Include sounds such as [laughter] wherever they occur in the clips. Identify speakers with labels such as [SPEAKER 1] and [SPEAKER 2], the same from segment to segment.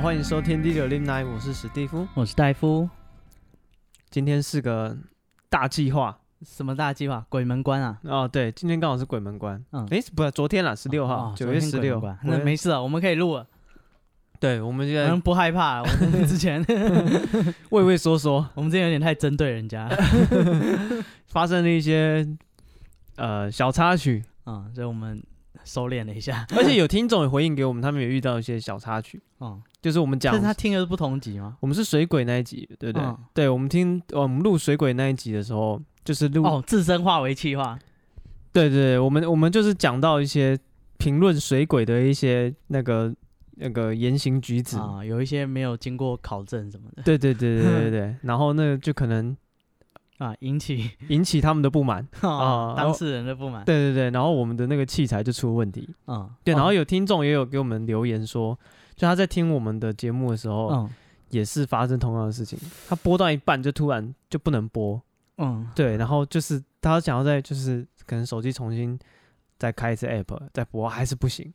[SPEAKER 1] 欢迎收听《第六 Live Night》，我是史蒂夫。
[SPEAKER 2] 我是戴夫。
[SPEAKER 1] 今天是个大计划
[SPEAKER 2] 什么大计划？鬼门关啊！
[SPEAKER 1] 哦，对，今天刚好是鬼门关。嗯
[SPEAKER 2] 嗯，
[SPEAKER 1] 哎，不，昨天啦，十六号
[SPEAKER 2] 哦，
[SPEAKER 1] 九、
[SPEAKER 2] 昨
[SPEAKER 1] 月
[SPEAKER 2] 天
[SPEAKER 1] 十
[SPEAKER 2] 鬼
[SPEAKER 1] 六
[SPEAKER 2] 门关。那没嗯事啊，我们可以录了，
[SPEAKER 1] 对，我们现
[SPEAKER 2] 我
[SPEAKER 1] 在
[SPEAKER 2] 们不害怕。我们
[SPEAKER 1] [laughs]
[SPEAKER 2] 之前
[SPEAKER 1] 畏畏缩缩，
[SPEAKER 2] 我们之前有点太针对
[SPEAKER 1] [laughs]
[SPEAKER 2] 人家，
[SPEAKER 1] 发生了一些呃小插
[SPEAKER 2] [laughs]
[SPEAKER 1] 曲，
[SPEAKER 2] 嗯，所以我们收敛了一下。
[SPEAKER 1] 而且有听众也回应给我们，他们也遇到一些小插曲，
[SPEAKER 2] 嗯，
[SPEAKER 1] 就是我们
[SPEAKER 2] 但
[SPEAKER 1] 讲
[SPEAKER 2] 是他听的是不同集吗？
[SPEAKER 1] 我们是水鬼那一集，对不对？
[SPEAKER 2] 嗯
[SPEAKER 1] 对，我们听哦我们录水鬼那一集的时候，就是录、
[SPEAKER 2] 哦，自身化为气化。
[SPEAKER 1] 对对对，我们我们就是讲到一些评论水鬼的一些那个那个言行举止。
[SPEAKER 2] 啊、有一些没有经过考证什么的
[SPEAKER 1] 对对对对对
[SPEAKER 2] [laughs]
[SPEAKER 1] 对，然后那就可能
[SPEAKER 2] 啊，引起
[SPEAKER 1] 引起他们的不满。
[SPEAKER 2] 啊、
[SPEAKER 1] [laughs] 哦
[SPEAKER 2] 当事人的不满。，
[SPEAKER 1] 对对对，然后我们的那个器材就出问题。
[SPEAKER 2] 嗯，
[SPEAKER 1] 对，然后
[SPEAKER 2] 哦
[SPEAKER 1] 有听众也有给我们留言说，就他在听我们的节目的时候，
[SPEAKER 2] 嗯
[SPEAKER 1] 也是发生同样的事情。他播到一半就突然就不能播，
[SPEAKER 2] 嗯
[SPEAKER 1] 对，然后就是他想要在就是可能手机重新再开一次 app 再播，还是不行。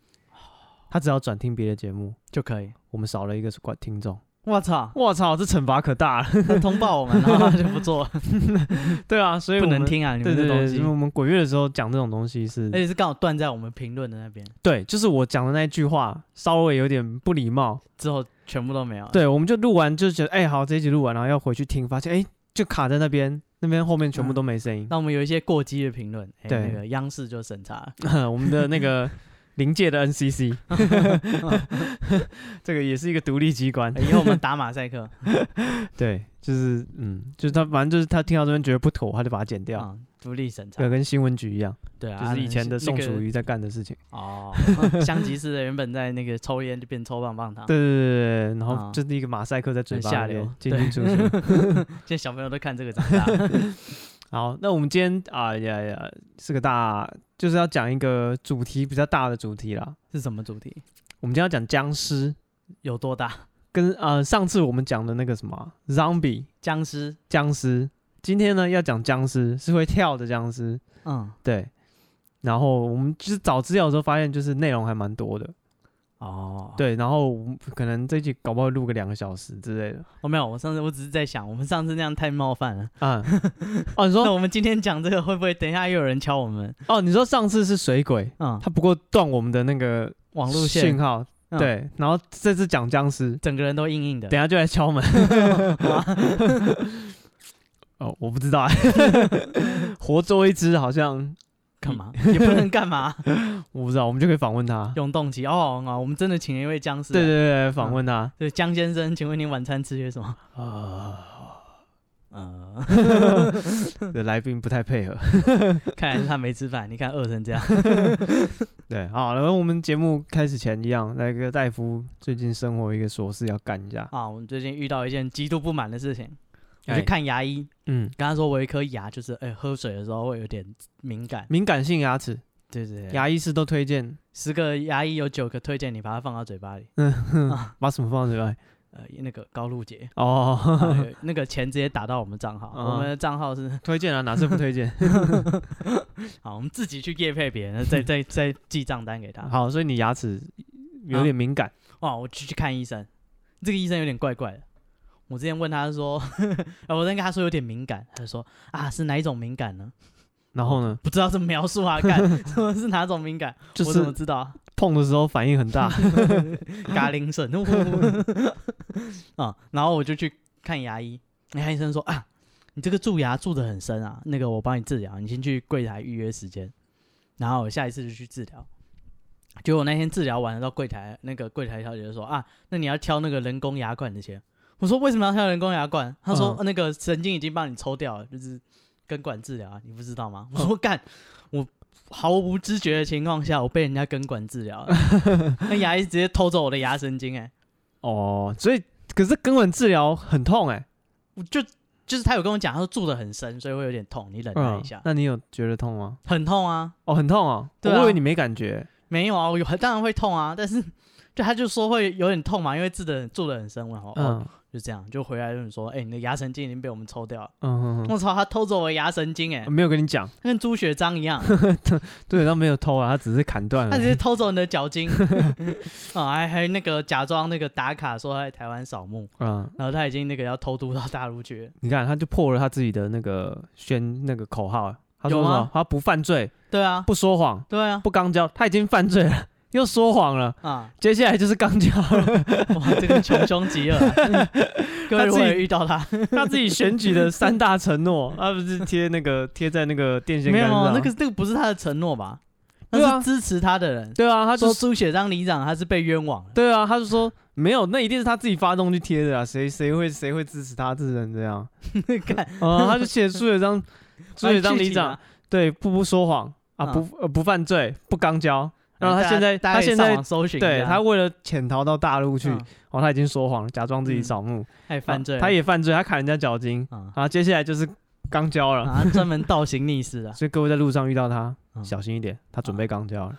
[SPEAKER 1] 他只要转听别的节目，
[SPEAKER 2] 就可以。
[SPEAKER 1] 我们少了一个观听众。
[SPEAKER 2] 我操，
[SPEAKER 1] 我操，这惩罚可大了。 [laughs]
[SPEAKER 2] 他通报我们，然后就不做，
[SPEAKER 1] 对啊，所以
[SPEAKER 2] 不
[SPEAKER 1] 我
[SPEAKER 2] 能
[SPEAKER 1] 们。
[SPEAKER 2] 听啊，你
[SPEAKER 1] 对对
[SPEAKER 2] 们这
[SPEAKER 1] 对，
[SPEAKER 2] 东
[SPEAKER 1] 因
[SPEAKER 2] 西哎
[SPEAKER 1] 为。我们鬼月的时候讲这种东西是
[SPEAKER 2] 而，且是刚好断在我们评论的那边，
[SPEAKER 1] 对，就是我讲的那句话稍微有点不礼貌。
[SPEAKER 2] 之后全部都没有了。
[SPEAKER 1] 对，我们就录完就觉得，哎、好，这一集录完，然后要回去听，发现哎、就卡在那边，那边后面全
[SPEAKER 2] 嗯
[SPEAKER 1] 部都没声音。 [laughs]
[SPEAKER 2] 那我们有一些过激的评论，哎
[SPEAKER 1] 对
[SPEAKER 2] 那个央视就审查哎了。
[SPEAKER 1] 我们的那
[SPEAKER 2] [laughs]
[SPEAKER 1] 个临界的 NCC，这个也是一个独立机关。
[SPEAKER 2] 以后我们打马赛
[SPEAKER 1] [laughs]
[SPEAKER 2] 克，
[SPEAKER 1] 对，就是嗯，就是他，反正就是他听到这边觉得不妥，他就把它剪掉，
[SPEAKER 2] 啊，独立审
[SPEAKER 1] 对，
[SPEAKER 2] 查，
[SPEAKER 1] 跟新闻局一样，
[SPEAKER 2] 对啊，
[SPEAKER 1] 就是以前的宋
[SPEAKER 2] 那个
[SPEAKER 1] 楚瑜在干的事情。
[SPEAKER 2] 哦， [laughs] 香吉士的原本在那个抽烟就变抽棒棒糖，
[SPEAKER 1] 对对对对对，然后
[SPEAKER 2] 啊
[SPEAKER 1] 就是一个马赛克在嘴
[SPEAKER 2] 很
[SPEAKER 1] 巴
[SPEAKER 2] 下
[SPEAKER 1] 里
[SPEAKER 2] 流
[SPEAKER 1] 面进
[SPEAKER 2] 对
[SPEAKER 1] 进出
[SPEAKER 2] [laughs]
[SPEAKER 1] 出。
[SPEAKER 2] 现在小朋友都看这个长大。
[SPEAKER 1] 好，那我们今天啊呀呀，是个大，就是要讲一个主题比较大的主题啦。
[SPEAKER 2] [laughs] 是什么主题？
[SPEAKER 1] 我们今天要讲僵尸，
[SPEAKER 2] 有多大？
[SPEAKER 1] 跟呃上次我们讲的那个什么啊 zombie
[SPEAKER 2] 僵尸？
[SPEAKER 1] 僵尸，今天呢要讲僵尸是会跳的僵尸，
[SPEAKER 2] 嗯，
[SPEAKER 1] 对。然后我们就是找资料的时候发现，就是内容还蛮多的，
[SPEAKER 2] 哦，，
[SPEAKER 1] 对。然后我们可能这一集搞不好录个两个小时之类的，
[SPEAKER 2] 我哦没有，我上次我只是在想，我们上次那样太冒犯了。 [laughs]
[SPEAKER 1] 啊、哦，你
[SPEAKER 2] 那
[SPEAKER 1] 说
[SPEAKER 2] 我们今天讲这个会不会等一下又有人敲我们？
[SPEAKER 1] 哦，你说上次是水鬼，
[SPEAKER 2] 嗯，
[SPEAKER 1] 他不过断我们的那个
[SPEAKER 2] 网路
[SPEAKER 1] 信
[SPEAKER 2] 线，
[SPEAKER 1] 号，
[SPEAKER 2] 嗯
[SPEAKER 1] 对。然后这次讲僵尸，
[SPEAKER 2] 整个人都硬硬的
[SPEAKER 1] 等。一下就来敲门。哦，我不知道、啊， [laughs] 活捉一只好像
[SPEAKER 2] 干嘛？
[SPEAKER 1] 嗯
[SPEAKER 2] 也不能干嘛。
[SPEAKER 1] 我不知道，我们就可以访问 [laughs] 他。
[SPEAKER 2] 永动机哦啊，我们真的请了一位僵尸。
[SPEAKER 1] 对对对，对
[SPEAKER 2] 嗯
[SPEAKER 1] 访问他。
[SPEAKER 2] 对，江先生，请问您晚餐吃些什么？
[SPEAKER 1] 啊，
[SPEAKER 2] 呃，
[SPEAKER 1] 的来宾不太配合。
[SPEAKER 2] [laughs] 看来是他没吃饭，你看饿成这
[SPEAKER 1] [laughs]
[SPEAKER 2] 样。
[SPEAKER 1] 对，好，然后我们节目开始前一样，那个戴夫最近生活一个琐事要干一下。
[SPEAKER 2] 啊，我们最近遇到一件极度不满的事情，我
[SPEAKER 1] 哎
[SPEAKER 2] 去看牙医，
[SPEAKER 1] 嗯，
[SPEAKER 2] 跟他说我有一颗牙就是，哎、喝水的时候会有点敏感。
[SPEAKER 1] 敏感性牙齿，
[SPEAKER 2] 对对对，
[SPEAKER 1] 牙医师都推荐。
[SPEAKER 2] 十个牙医有九个推荐你把它放到嘴巴里，
[SPEAKER 1] 嗯，哼把什么放在
[SPEAKER 2] [laughs]
[SPEAKER 1] 嘴巴里？。
[SPEAKER 2] 呃，那个高露洁
[SPEAKER 1] [laughs] 哦，
[SPEAKER 2] 呃那个钱直接打到我们账号，
[SPEAKER 1] 嗯
[SPEAKER 2] 我们的账号是
[SPEAKER 1] 推荐啊，哪次不推
[SPEAKER 2] [laughs]
[SPEAKER 1] 荐？
[SPEAKER 2] 好，我们自己去业配别人，再再再记账单给他。
[SPEAKER 1] 好，所以你牙齿有点敏感。
[SPEAKER 2] 哇，哦我去去看医生，这个医生有点怪怪的。我之前问他说， [laughs] 呃我之前跟他说有点敏感，他就说啊是哪一种敏感呢？ [laughs]
[SPEAKER 1] 然后呢，
[SPEAKER 2] 不知道怎么描述啊，干 [laughs] 什么是哪种敏感？
[SPEAKER 1] 就
[SPEAKER 2] 我怎么
[SPEAKER 1] 是
[SPEAKER 2] 知道啊？ [laughs]
[SPEAKER 1] 碰的时候反应很大。
[SPEAKER 2] 嘎铃声， [laughs] 呜呼啊，然后我就去看牙医，那牙医生说啊，你这个蛀牙蛀得很深啊，那个我帮你治疗，你先去柜台预约时间，然后我下一次就去治疗。结果那天治疗完了到柜台，那个柜台小姐就说啊，那你要挑那个人工牙冠这些。我说为什么要挑人工牙冠？她
[SPEAKER 1] 嗯
[SPEAKER 2] 说、呃那个神经已经帮你抽掉了，就是根管治疗啊，你不知道吗？我说干，我毫无知觉的情况下，我被人家根管治疗了，那牙医直接偷走我的牙神经、哎，
[SPEAKER 1] 哦，所以可是根管治疗很痛哎、
[SPEAKER 2] 我就就是他有跟我讲，他说住的很深，所以会有点痛，你忍耐
[SPEAKER 1] 嗯
[SPEAKER 2] 一下，，
[SPEAKER 1] 那你有觉得痛吗？
[SPEAKER 2] 很痛啊，
[SPEAKER 1] 哦，很痛哦，
[SPEAKER 2] 对啊
[SPEAKER 1] 我以为你没感觉。
[SPEAKER 2] 没有啊， [laughs] 我有当然会痛啊，但是就他就说会有点痛嘛，因为治的住的很深，然后、哦
[SPEAKER 1] 嗯，
[SPEAKER 2] 就这样，就回来就说，哎、你的牙神经已经被我们抽掉了。
[SPEAKER 1] 嗯，嗯嗯
[SPEAKER 2] 我操，他偷走我的牙神经、哎，
[SPEAKER 1] 没有跟你讲，
[SPEAKER 2] 跟猪血章一
[SPEAKER 1] [laughs]
[SPEAKER 2] 样，
[SPEAKER 1] 对，他没有偷啊，他只是砍断
[SPEAKER 2] 他
[SPEAKER 1] 了
[SPEAKER 2] 只。是偷走你的脚筋， [laughs] 啊，还还那个假装那个打卡说他在台湾扫墓，
[SPEAKER 1] 嗯，
[SPEAKER 2] 然后他已经那个要偷渡到大陆去了。
[SPEAKER 1] 你看，他就破了他自己的那个宣那个口号，他说
[SPEAKER 2] 有
[SPEAKER 1] 什
[SPEAKER 2] 吗
[SPEAKER 1] 么？他不犯罪，
[SPEAKER 2] 对啊，
[SPEAKER 1] 不说谎，
[SPEAKER 2] 对啊，
[SPEAKER 1] 不刚交，他已经犯罪了，又说谎 [laughs] 了，
[SPEAKER 2] 啊， [laughs]
[SPEAKER 1] 接下来就是刚交了。
[SPEAKER 2] 哇，这个穷凶极恶啊、 [laughs] 各
[SPEAKER 1] 他自己
[SPEAKER 2] 位如果有遇到他，
[SPEAKER 1] 他自己选举的三大承 [laughs] 诺，他不是贴那个贴在那个电线
[SPEAKER 2] 没
[SPEAKER 1] 杆
[SPEAKER 2] 有
[SPEAKER 1] 上？
[SPEAKER 2] 那个那个不是他的承诺吧？
[SPEAKER 1] 对啊
[SPEAKER 2] 那是支持他的人。
[SPEAKER 1] 对啊，他
[SPEAKER 2] 他
[SPEAKER 1] 就
[SPEAKER 2] 说朱雪章里长他是被冤枉
[SPEAKER 1] [laughs]
[SPEAKER 2] 的，
[SPEAKER 1] 对啊，他就说没有，那一定是他自己发动去贴的啊，谁谁会谁会支持他支持成这样？
[SPEAKER 2] 看
[SPEAKER 1] 啊，他就写朱雪 [laughs] 章，朱雪章里长，对不不说谎啊，
[SPEAKER 2] 嗯
[SPEAKER 1] 不呃不犯罪，不刚交。然
[SPEAKER 2] 蛮具
[SPEAKER 1] 后他现
[SPEAKER 2] 体的啊
[SPEAKER 1] 在
[SPEAKER 2] 大
[SPEAKER 1] 他
[SPEAKER 2] 家大家可以
[SPEAKER 1] 现
[SPEAKER 2] 上
[SPEAKER 1] 在
[SPEAKER 2] 网搜寻一下，
[SPEAKER 1] 对他为了潜逃到大陆去，
[SPEAKER 2] 嗯
[SPEAKER 1] 哦，他已经说谎了，假装自己
[SPEAKER 2] 嗯
[SPEAKER 1] 扫墓，
[SPEAKER 2] 还犯罪了，
[SPEAKER 1] 他也犯罪，他砍人家脚筋，
[SPEAKER 2] 啊
[SPEAKER 1] 然后接下来就是刚交了。
[SPEAKER 2] 啊，专门倒行逆施啊， [laughs]
[SPEAKER 1] 所以各位在路上遇到他，
[SPEAKER 2] 嗯啊
[SPEAKER 1] 小心一点，他准备刚交了。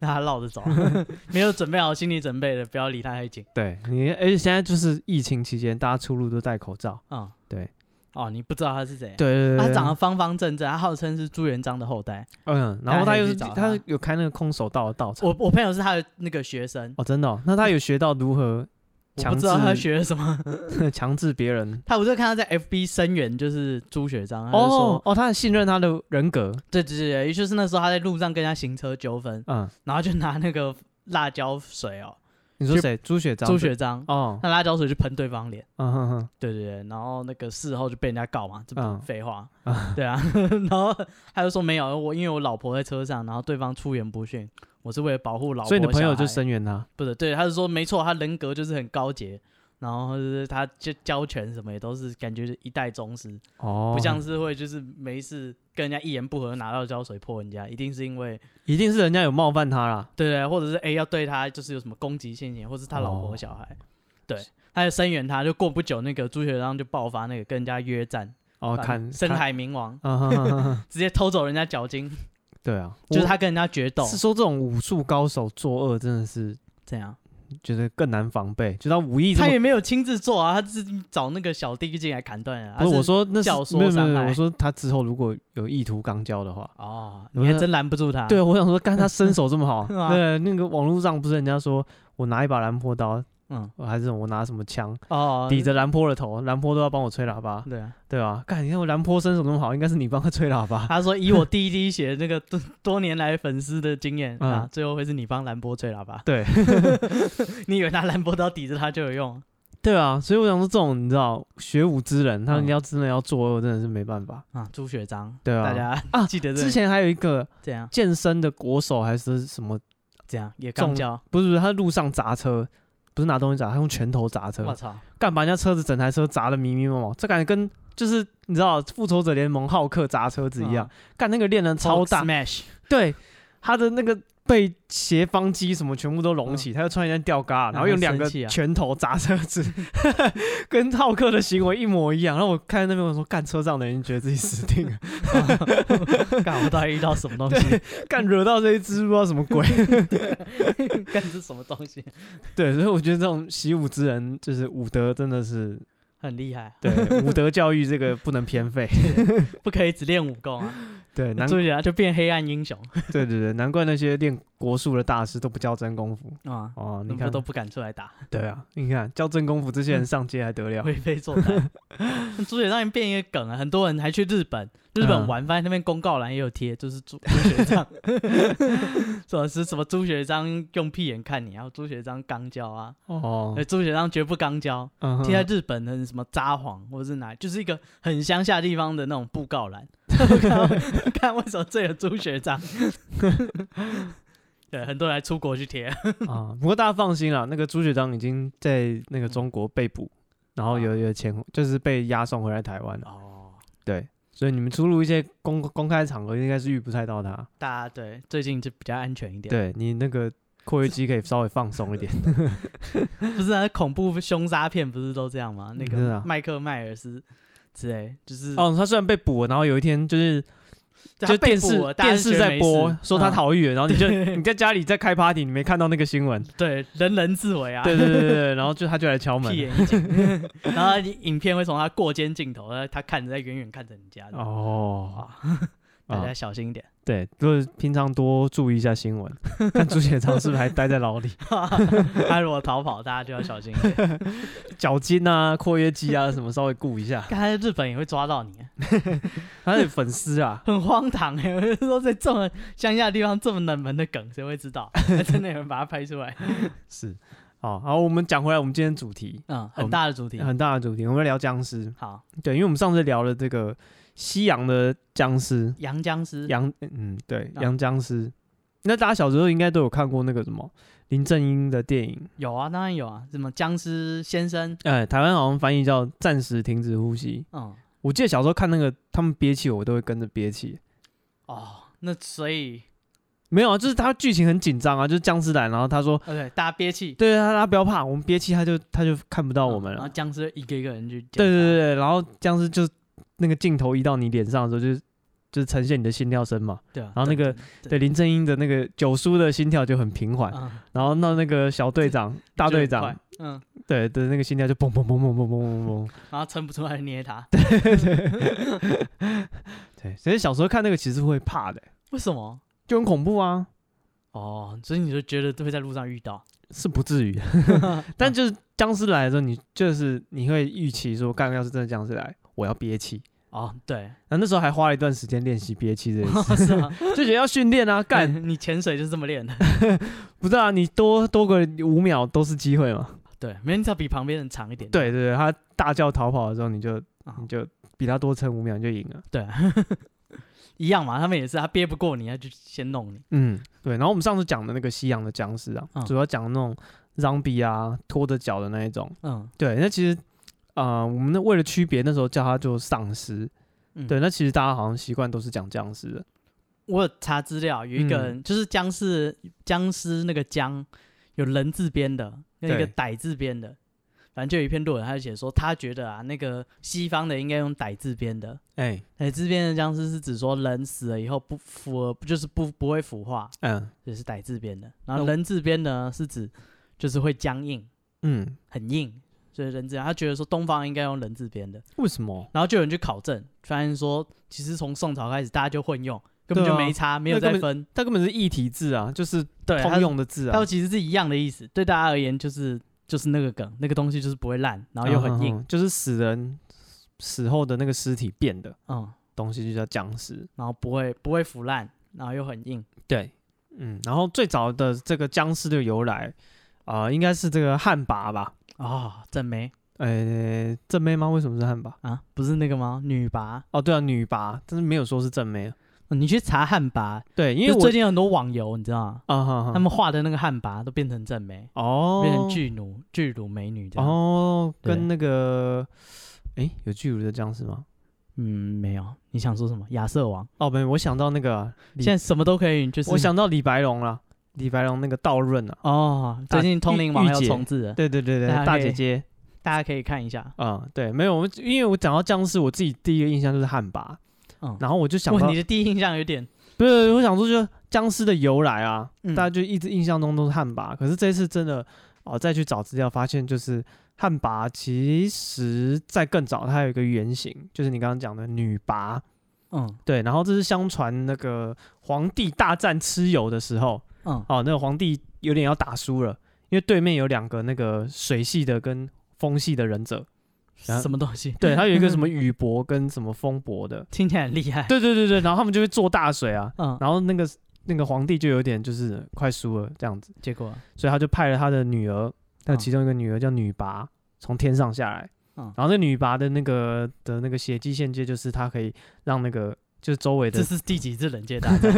[SPEAKER 2] 让他绕着走， [laughs] 没有准备好心理准备的，不要离他太近
[SPEAKER 1] 对你，而且现在就是疫情期间，大家出入都戴口罩。
[SPEAKER 2] 啊。
[SPEAKER 1] 对，
[SPEAKER 2] 哦，你不知道他是谁，
[SPEAKER 1] 对对对
[SPEAKER 2] 他
[SPEAKER 1] 对
[SPEAKER 2] 长得方方正正，他号称是朱元璋的后代。
[SPEAKER 1] 嗯，然后他又是
[SPEAKER 2] 大
[SPEAKER 1] 他
[SPEAKER 2] 家可以去找他哦
[SPEAKER 1] 有开那个空手道的道场
[SPEAKER 2] 我。我朋友是他的那个学生，
[SPEAKER 1] 哦，真的哦，那他有学到如何
[SPEAKER 2] 我不
[SPEAKER 1] 强
[SPEAKER 2] 知道他
[SPEAKER 1] 制
[SPEAKER 2] 学了什么。
[SPEAKER 1] [laughs] 强制别人？
[SPEAKER 2] 他我就看他在 FB 声援，就是朱学章，他就说，
[SPEAKER 1] 哦哦，他很信任他的人格。
[SPEAKER 2] 对对对对，也就是那时候他在路上跟人家行车纠纷，
[SPEAKER 1] 嗯，
[SPEAKER 2] 然后就拿那个辣椒水哦，
[SPEAKER 1] 你说
[SPEAKER 2] 就
[SPEAKER 1] 谁？朱雪章。
[SPEAKER 2] 朱学章，
[SPEAKER 1] 哦，
[SPEAKER 2] 那辣椒水就喷对方脸，
[SPEAKER 1] 嗯哼哼，
[SPEAKER 2] 对对对，然后那个事后就被人家告嘛，这
[SPEAKER 1] 嗯
[SPEAKER 2] 不废话，对啊， [laughs] 然后他就说没有，我因为我老婆在车上，然后对方出言不逊，我是为了保护老婆，
[SPEAKER 1] 所以你的朋友就
[SPEAKER 2] 生
[SPEAKER 1] 声援他。
[SPEAKER 2] 不是对，他就说没错，他人格就是很高洁。然后就是他就交拳什么也都是感觉是一代宗师，
[SPEAKER 1] 哦，
[SPEAKER 2] 不像是会就是没事跟人家一言不合就拿到胶水泼人家，一定是因为
[SPEAKER 1] 一定是人家有冒犯他啦。
[SPEAKER 2] 对对，或者是 A 要对他就是有什么攻击性行为，或是他老婆
[SPEAKER 1] 哦
[SPEAKER 2] 小孩，对，他就声援他，就过不久那个朱学章就爆发那个跟人家约战，
[SPEAKER 1] 哦，
[SPEAKER 2] 把
[SPEAKER 1] 看
[SPEAKER 2] 深
[SPEAKER 1] 看
[SPEAKER 2] 海冥王
[SPEAKER 1] 啊哈哈哈哈，
[SPEAKER 2] 直接偷走人家脚筋，
[SPEAKER 1] 对啊，
[SPEAKER 2] [laughs] 就是他跟人家决斗
[SPEAKER 1] 我是，说这种武术高手作恶真的是
[SPEAKER 2] 这样
[SPEAKER 1] 觉得更难防备，就他武艺这
[SPEAKER 2] 他
[SPEAKER 1] 么。
[SPEAKER 2] 也没有亲自做啊，他是找那个小弟进来砍断人，
[SPEAKER 1] 不是
[SPEAKER 2] 他
[SPEAKER 1] 我说那是
[SPEAKER 2] 教唆
[SPEAKER 1] 没有没有，没
[SPEAKER 2] 伤
[SPEAKER 1] 有
[SPEAKER 2] 害
[SPEAKER 1] 我说他之后如果有意图刚交的话，啊
[SPEAKER 2] 哦，
[SPEAKER 1] 我
[SPEAKER 2] 你还
[SPEAKER 1] 说
[SPEAKER 2] 真拦不住他，
[SPEAKER 1] 呃对，我想说，干他身手这么 [laughs] 好，
[SPEAKER 2] 是吗
[SPEAKER 1] 对，那个网络上不是人家说我拿一把兰坡刀，
[SPEAKER 2] 嗯
[SPEAKER 1] 还是我拿什么枪
[SPEAKER 2] 哦，
[SPEAKER 1] 抵着兰坡的头，兰坡都要帮我吹喇叭，
[SPEAKER 2] 对啊。
[SPEAKER 1] 对吧、干，你看我兰坡身手那么好，应该是你帮他吹喇 [laughs] 叭。
[SPEAKER 2] 他说：“以我第一滴血那个 [laughs] 多多年来粉丝的经验、
[SPEAKER 1] 嗯
[SPEAKER 2] 啊，最后会是你帮兰波吹喇叭。
[SPEAKER 1] 对，
[SPEAKER 2] 你以为拿兰波刀抵着他就有用？
[SPEAKER 1] 对啊，所以我想说，这种你知道，学武之人，他们
[SPEAKER 2] 嗯
[SPEAKER 1] 要真的要作恶，真的是没办法。
[SPEAKER 2] 啊，朱学章，
[SPEAKER 1] 对啊
[SPEAKER 2] 大家
[SPEAKER 1] 啊
[SPEAKER 2] 记得这
[SPEAKER 1] 之前还有一个
[SPEAKER 2] 这样
[SPEAKER 1] 健身的国手还是什么，
[SPEAKER 2] 这样也
[SPEAKER 1] 中
[SPEAKER 2] 刚交，
[SPEAKER 1] 不是不是，他路上砸车，不是拿东西砸，他用拳头砸车
[SPEAKER 2] 我，操，
[SPEAKER 1] 干把人家车子整台车砸的迷迷蒙蒙，这感觉跟就是你知道复仇者联盟浩克砸车子一样
[SPEAKER 2] 嗯，
[SPEAKER 1] 干那个练人超
[SPEAKER 2] Hulk
[SPEAKER 1] 大，
[SPEAKER 2] smash， [laughs]
[SPEAKER 1] 对，他的那个背斜方肌什么全部都隆起，他就穿一件吊嘎，然后用两
[SPEAKER 2] 嗯很
[SPEAKER 1] 个
[SPEAKER 2] 生气啊
[SPEAKER 1] 拳头砸车子， [laughs] 跟浩克的行为一模一样。然后我看那边我说，干车上的人觉得自己死定了， [laughs]
[SPEAKER 2] 干我到底遇到什么东西？
[SPEAKER 1] 干惹到这一只不知道什么鬼。
[SPEAKER 2] 干这什么东西？
[SPEAKER 1] [laughs] 对，所以我觉得这种习武之人，就是武德真的是
[SPEAKER 2] 很厉害，啊
[SPEAKER 1] 对武 [laughs] 德教育这个不能偏废。
[SPEAKER 2] 不可以只练武功啊！
[SPEAKER 1] [laughs] 对，难
[SPEAKER 2] 朱学章就变黑暗英雄
[SPEAKER 1] 对对对，难怪那些练国术的大师都不教真功夫
[SPEAKER 2] 啊，
[SPEAKER 1] 哦。你
[SPEAKER 2] 那不
[SPEAKER 1] 看
[SPEAKER 2] 都，不敢出来
[SPEAKER 1] [laughs]
[SPEAKER 2] 打，
[SPEAKER 1] 对啊，你看教真功夫这些人上街还得了？
[SPEAKER 2] 为非作 [laughs] 歹。朱雪章变一个梗啊，很多人还去日本，日本
[SPEAKER 1] 嗯
[SPEAKER 2] 玩，发现那边公告栏也有贴，就是朱朱学 [laughs] 章，什么是什么朱学章用屁眼看你，然后朱学章刚交啊，
[SPEAKER 1] 哦
[SPEAKER 2] 哎，，朱学章绝不刚交，
[SPEAKER 1] 嗯哼
[SPEAKER 2] 贴在日本的什么札幌或者是哪里，就是一个很乡下地方的那种布
[SPEAKER 1] [laughs]
[SPEAKER 2] 告栏，看看为什么这有朱学章，对，很多人还出国去贴，
[SPEAKER 1] 啊，不过大家放心啦，那个朱学章已经在那个中国被捕，然后有有前就是被押送回来台湾了。
[SPEAKER 2] 哦，
[SPEAKER 1] 对，所以你们出入一些公公开场合，应该是遇不太到他。
[SPEAKER 2] 大家对最近就比较安全一点。
[SPEAKER 1] 对你那个括约肌可以稍微放松一点。
[SPEAKER 2] 不是啊，恐怖凶杀片不是都这样吗？那
[SPEAKER 1] 是啊
[SPEAKER 2] 个麦克迈尔斯之类，就是
[SPEAKER 1] 哦哦，他虽然被捕了，然后有一天就是
[SPEAKER 2] 对
[SPEAKER 1] 就
[SPEAKER 2] 他被
[SPEAKER 1] 电
[SPEAKER 2] 捕
[SPEAKER 1] 视
[SPEAKER 2] 了大家
[SPEAKER 1] 电
[SPEAKER 2] 就
[SPEAKER 1] 视
[SPEAKER 2] 觉得
[SPEAKER 1] 在
[SPEAKER 2] 没
[SPEAKER 1] 播
[SPEAKER 2] 事，
[SPEAKER 1] 说他
[SPEAKER 2] 嗯
[SPEAKER 1] 逃狱了，然后你
[SPEAKER 2] [laughs]
[SPEAKER 1] 就你在家里在开 party，你没看到那个新闻？
[SPEAKER 2] 对人人自危啊，
[SPEAKER 1] 对对对对对，然后就他就来敲
[SPEAKER 2] [laughs] 屁
[SPEAKER 1] 门。
[SPEAKER 2] 眼一睛， [laughs] 然后影片会从他过肩镜头，他他看着在远远看着你家的，
[SPEAKER 1] 哦，
[SPEAKER 2] 啊，大
[SPEAKER 1] 啊
[SPEAKER 2] 家小心一点。
[SPEAKER 1] 对，就是平常多注意一下新闻，
[SPEAKER 2] [laughs]
[SPEAKER 1] 看朱雪长是不是还待在牢里，
[SPEAKER 2] 他如果逃跑，大家就要小心一点。
[SPEAKER 1] 脚筋啊、括约肌啊什么稍微顾一下。
[SPEAKER 2] 看来日本也会抓到你啊，
[SPEAKER 1] 他的粉丝啊，
[SPEAKER 2] 很荒唐哎、欸！说在这么乡下的地方，这么冷门的梗，谁会知道？还真的有人把它拍出来，
[SPEAKER 1] 是。好，好，我们讲回来，我们今天主题
[SPEAKER 2] 嗯，很大的主题。
[SPEAKER 1] 很大的主题，我们要聊僵尸。
[SPEAKER 2] 好，
[SPEAKER 1] 对，因为我们上次聊了这个西洋的僵尸，
[SPEAKER 2] 洋僵尸，
[SPEAKER 1] 洋嗯对，
[SPEAKER 2] 啊
[SPEAKER 1] 洋僵尸。那大家小时候应该都有看过那个什么林正英的电影，
[SPEAKER 2] 有啊，当然有啊，什么僵尸先生，
[SPEAKER 1] 哎，台湾好像翻译叫《暂时停止呼吸》。
[SPEAKER 2] 嗯，
[SPEAKER 1] 我记得小时候看那个，他们憋气，我都会跟着憋气。
[SPEAKER 2] 哦，那所以，
[SPEAKER 1] 没有啊，就是他剧情很紧张啊，就是僵尸来，然后他说
[SPEAKER 2] 呃，对，大家憋气，：“
[SPEAKER 1] 对他，他不要怕，我们憋气，他就他就看不到我们
[SPEAKER 2] 嗯
[SPEAKER 1] 了。
[SPEAKER 2] 然后僵尸一个一个人去，
[SPEAKER 1] 对对对，啊对，然后僵尸就那个镜头移到你脸上的时候，就是就是呈现你的心跳声嘛。
[SPEAKER 2] 对啊，
[SPEAKER 1] 然后那个
[SPEAKER 2] 噔，
[SPEAKER 1] 对，啊林正英的那个九叔的心跳就很平缓，
[SPEAKER 2] 嗯，
[SPEAKER 1] 然后那那个小队长、大队
[SPEAKER 2] 就很
[SPEAKER 1] 长
[SPEAKER 2] 快，嗯，
[SPEAKER 1] 对的那个心跳就砰砰砰砰砰砰砰砰砰。
[SPEAKER 2] 然后撑不出来捏他，
[SPEAKER 1] 对，所以小时候看那个其实会怕的，
[SPEAKER 2] 为什么？
[SPEAKER 1] 就很恐怖啊，
[SPEAKER 2] 哦，所以你就觉得都会在路上遇到， [laughs]
[SPEAKER 1] 是不至于， [laughs] 但就是僵尸来的时候，你就是你会预期说，刚刚要是真的僵尸来，我要憋气。
[SPEAKER 2] 哦， [laughs] 对，
[SPEAKER 1] 那那时候还花了一段时间练习憋气这件事，
[SPEAKER 2] 是 [laughs] 啊，
[SPEAKER 1] 就觉得要训练啊， [laughs] 干
[SPEAKER 2] 你你潜水就是这么练的，
[SPEAKER 1] 不是啊，你多多个五秒都是机会嘛。
[SPEAKER 2] [laughs] 对，没人只要比旁边人长一点，
[SPEAKER 1] 对对对，他大叫逃跑的时候，你就
[SPEAKER 2] 啊
[SPEAKER 1] 你就比他多撑五秒你就赢了。
[SPEAKER 2] 对， [laughs] 一样嘛，他们也是，他憋不过你，他就先弄你，
[SPEAKER 1] 嗯，对。然后我们上次讲的那个西洋的僵尸啊，
[SPEAKER 2] 嗯
[SPEAKER 1] 主要讲那种 zombie 啊，拖着脚的那一种。
[SPEAKER 2] 嗯
[SPEAKER 1] 对，那其实啊、呃我们那为了区别，那时候叫它就丧尸。
[SPEAKER 2] 嗯，
[SPEAKER 1] 对，那其实大家好像习惯都是讲僵尸的。
[SPEAKER 2] 我有查资料，有一个人、就是僵尸，僵尸那个僵有人字边的，那一
[SPEAKER 1] 对
[SPEAKER 2] 个歹字边的，反正就有一篇论文，他就写说他觉得啊，那个西方的应该用歹字边的，
[SPEAKER 1] 哎、
[SPEAKER 2] 歹字边的僵尸是指说人死了以后不腐而不就是不不会腐化，
[SPEAKER 1] 嗯
[SPEAKER 2] 就是歹字边的，然后
[SPEAKER 1] 那我
[SPEAKER 2] 人字边呢是指就是会僵硬，
[SPEAKER 1] 嗯，
[SPEAKER 2] 很硬。所以人字边，他觉得说东方应该用人字边的，
[SPEAKER 1] 为什么？
[SPEAKER 2] 然后就有人去考证，发现说其实从宋朝开始大家就混用，根本
[SPEAKER 1] 对
[SPEAKER 2] 就
[SPEAKER 1] 啊
[SPEAKER 2] 没差，没有
[SPEAKER 1] 那根
[SPEAKER 2] 再
[SPEAKER 1] 本
[SPEAKER 2] 分，
[SPEAKER 1] 它根本是异体字啊，就是
[SPEAKER 2] 对，他
[SPEAKER 1] 通用的字啊
[SPEAKER 2] 它。其实是一样的意思，对大家而言就是就是那个梗，那个东西就是不会烂，然后又很硬，
[SPEAKER 1] 嗯嗯嗯就是死人死后的那个尸体变的
[SPEAKER 2] 嗯
[SPEAKER 1] 东西就叫僵尸。
[SPEAKER 2] 然后不会不会腐烂，然后又很硬，
[SPEAKER 1] 对，嗯，然后最早的这个僵尸的由来啊、呃应该是这个旱魃吧？
[SPEAKER 2] 哦，正妹
[SPEAKER 1] 呃、正妹吗？为什么是旱魃？
[SPEAKER 2] 啊，不是那个吗？女拔，
[SPEAKER 1] 哦，对啊，女魃，但是没有说是正妹啊。
[SPEAKER 2] 哦你去查汉魃，
[SPEAKER 1] 对，因
[SPEAKER 2] 因
[SPEAKER 1] 为
[SPEAKER 2] 为
[SPEAKER 1] 我
[SPEAKER 2] 最近有很多网游，你知道吗？
[SPEAKER 1] 啊哈哈，
[SPEAKER 2] 他们画的那个汉魃都变成正妹，
[SPEAKER 1] 哦
[SPEAKER 2] 变成巨乳巨乳美女这样。
[SPEAKER 1] 哦，
[SPEAKER 2] 对
[SPEAKER 1] 跟那个诶，有巨乳的僵尸吗？
[SPEAKER 2] 嗯，没有，你想说什么？亚瑟王
[SPEAKER 1] 哦，没有，我想到那个啊，李
[SPEAKER 2] 现在什么都可以，就是
[SPEAKER 1] 我想到李白龙了，李白龙那个道润啊，
[SPEAKER 2] 哦，最近
[SPEAKER 1] 大
[SPEAKER 2] 通灵王
[SPEAKER 1] 御
[SPEAKER 2] 要
[SPEAKER 1] 御姐
[SPEAKER 2] 重置了，
[SPEAKER 1] 对对对对，
[SPEAKER 2] 大
[SPEAKER 1] 大
[SPEAKER 2] 黑
[SPEAKER 1] 姐姐
[SPEAKER 2] 大家可以看一下。
[SPEAKER 1] 啊、对，没有，我因为我讲到僵尸，我自己第一个印象就是汉魃，
[SPEAKER 2] 嗯，
[SPEAKER 1] 然后我就想
[SPEAKER 2] 哇，
[SPEAKER 1] 到
[SPEAKER 2] 你，的第一印象有点，
[SPEAKER 1] 不是，我想说就是僵尸的由来啊，
[SPEAKER 2] 嗯
[SPEAKER 1] 大家就一直印象中都是汉魃，可是这一次真的哦、再去找资料发现就是。汉魃其实在更早，它有一个原型，就是你刚刚讲的女魃，
[SPEAKER 2] 嗯
[SPEAKER 1] 对，然后这是相传那个皇帝大战蚩尤的时候，
[SPEAKER 2] 嗯
[SPEAKER 1] 哦，那个皇帝有点要打输了，因为对面有两个那个水系的跟风系的忍者，然后
[SPEAKER 2] 什么东西？
[SPEAKER 1] 对，他有一个什么雨伯跟什么风伯的，
[SPEAKER 2] 听起来很厉害。
[SPEAKER 1] 对对对对，然后他们就会做大水啊，
[SPEAKER 2] 嗯，
[SPEAKER 1] 然后那个那个皇帝就有点就是快输了这样子，
[SPEAKER 2] 结果
[SPEAKER 1] 所以他就派了他的女儿，那
[SPEAKER 2] 嗯
[SPEAKER 1] 其中一个女儿叫女魃，从天上下来，
[SPEAKER 2] 嗯
[SPEAKER 1] 然后那女魃的那个的那个血迹线接就是她可以让那个就是周围的
[SPEAKER 2] 这是第几次冷界
[SPEAKER 1] [laughs]
[SPEAKER 2] 大战？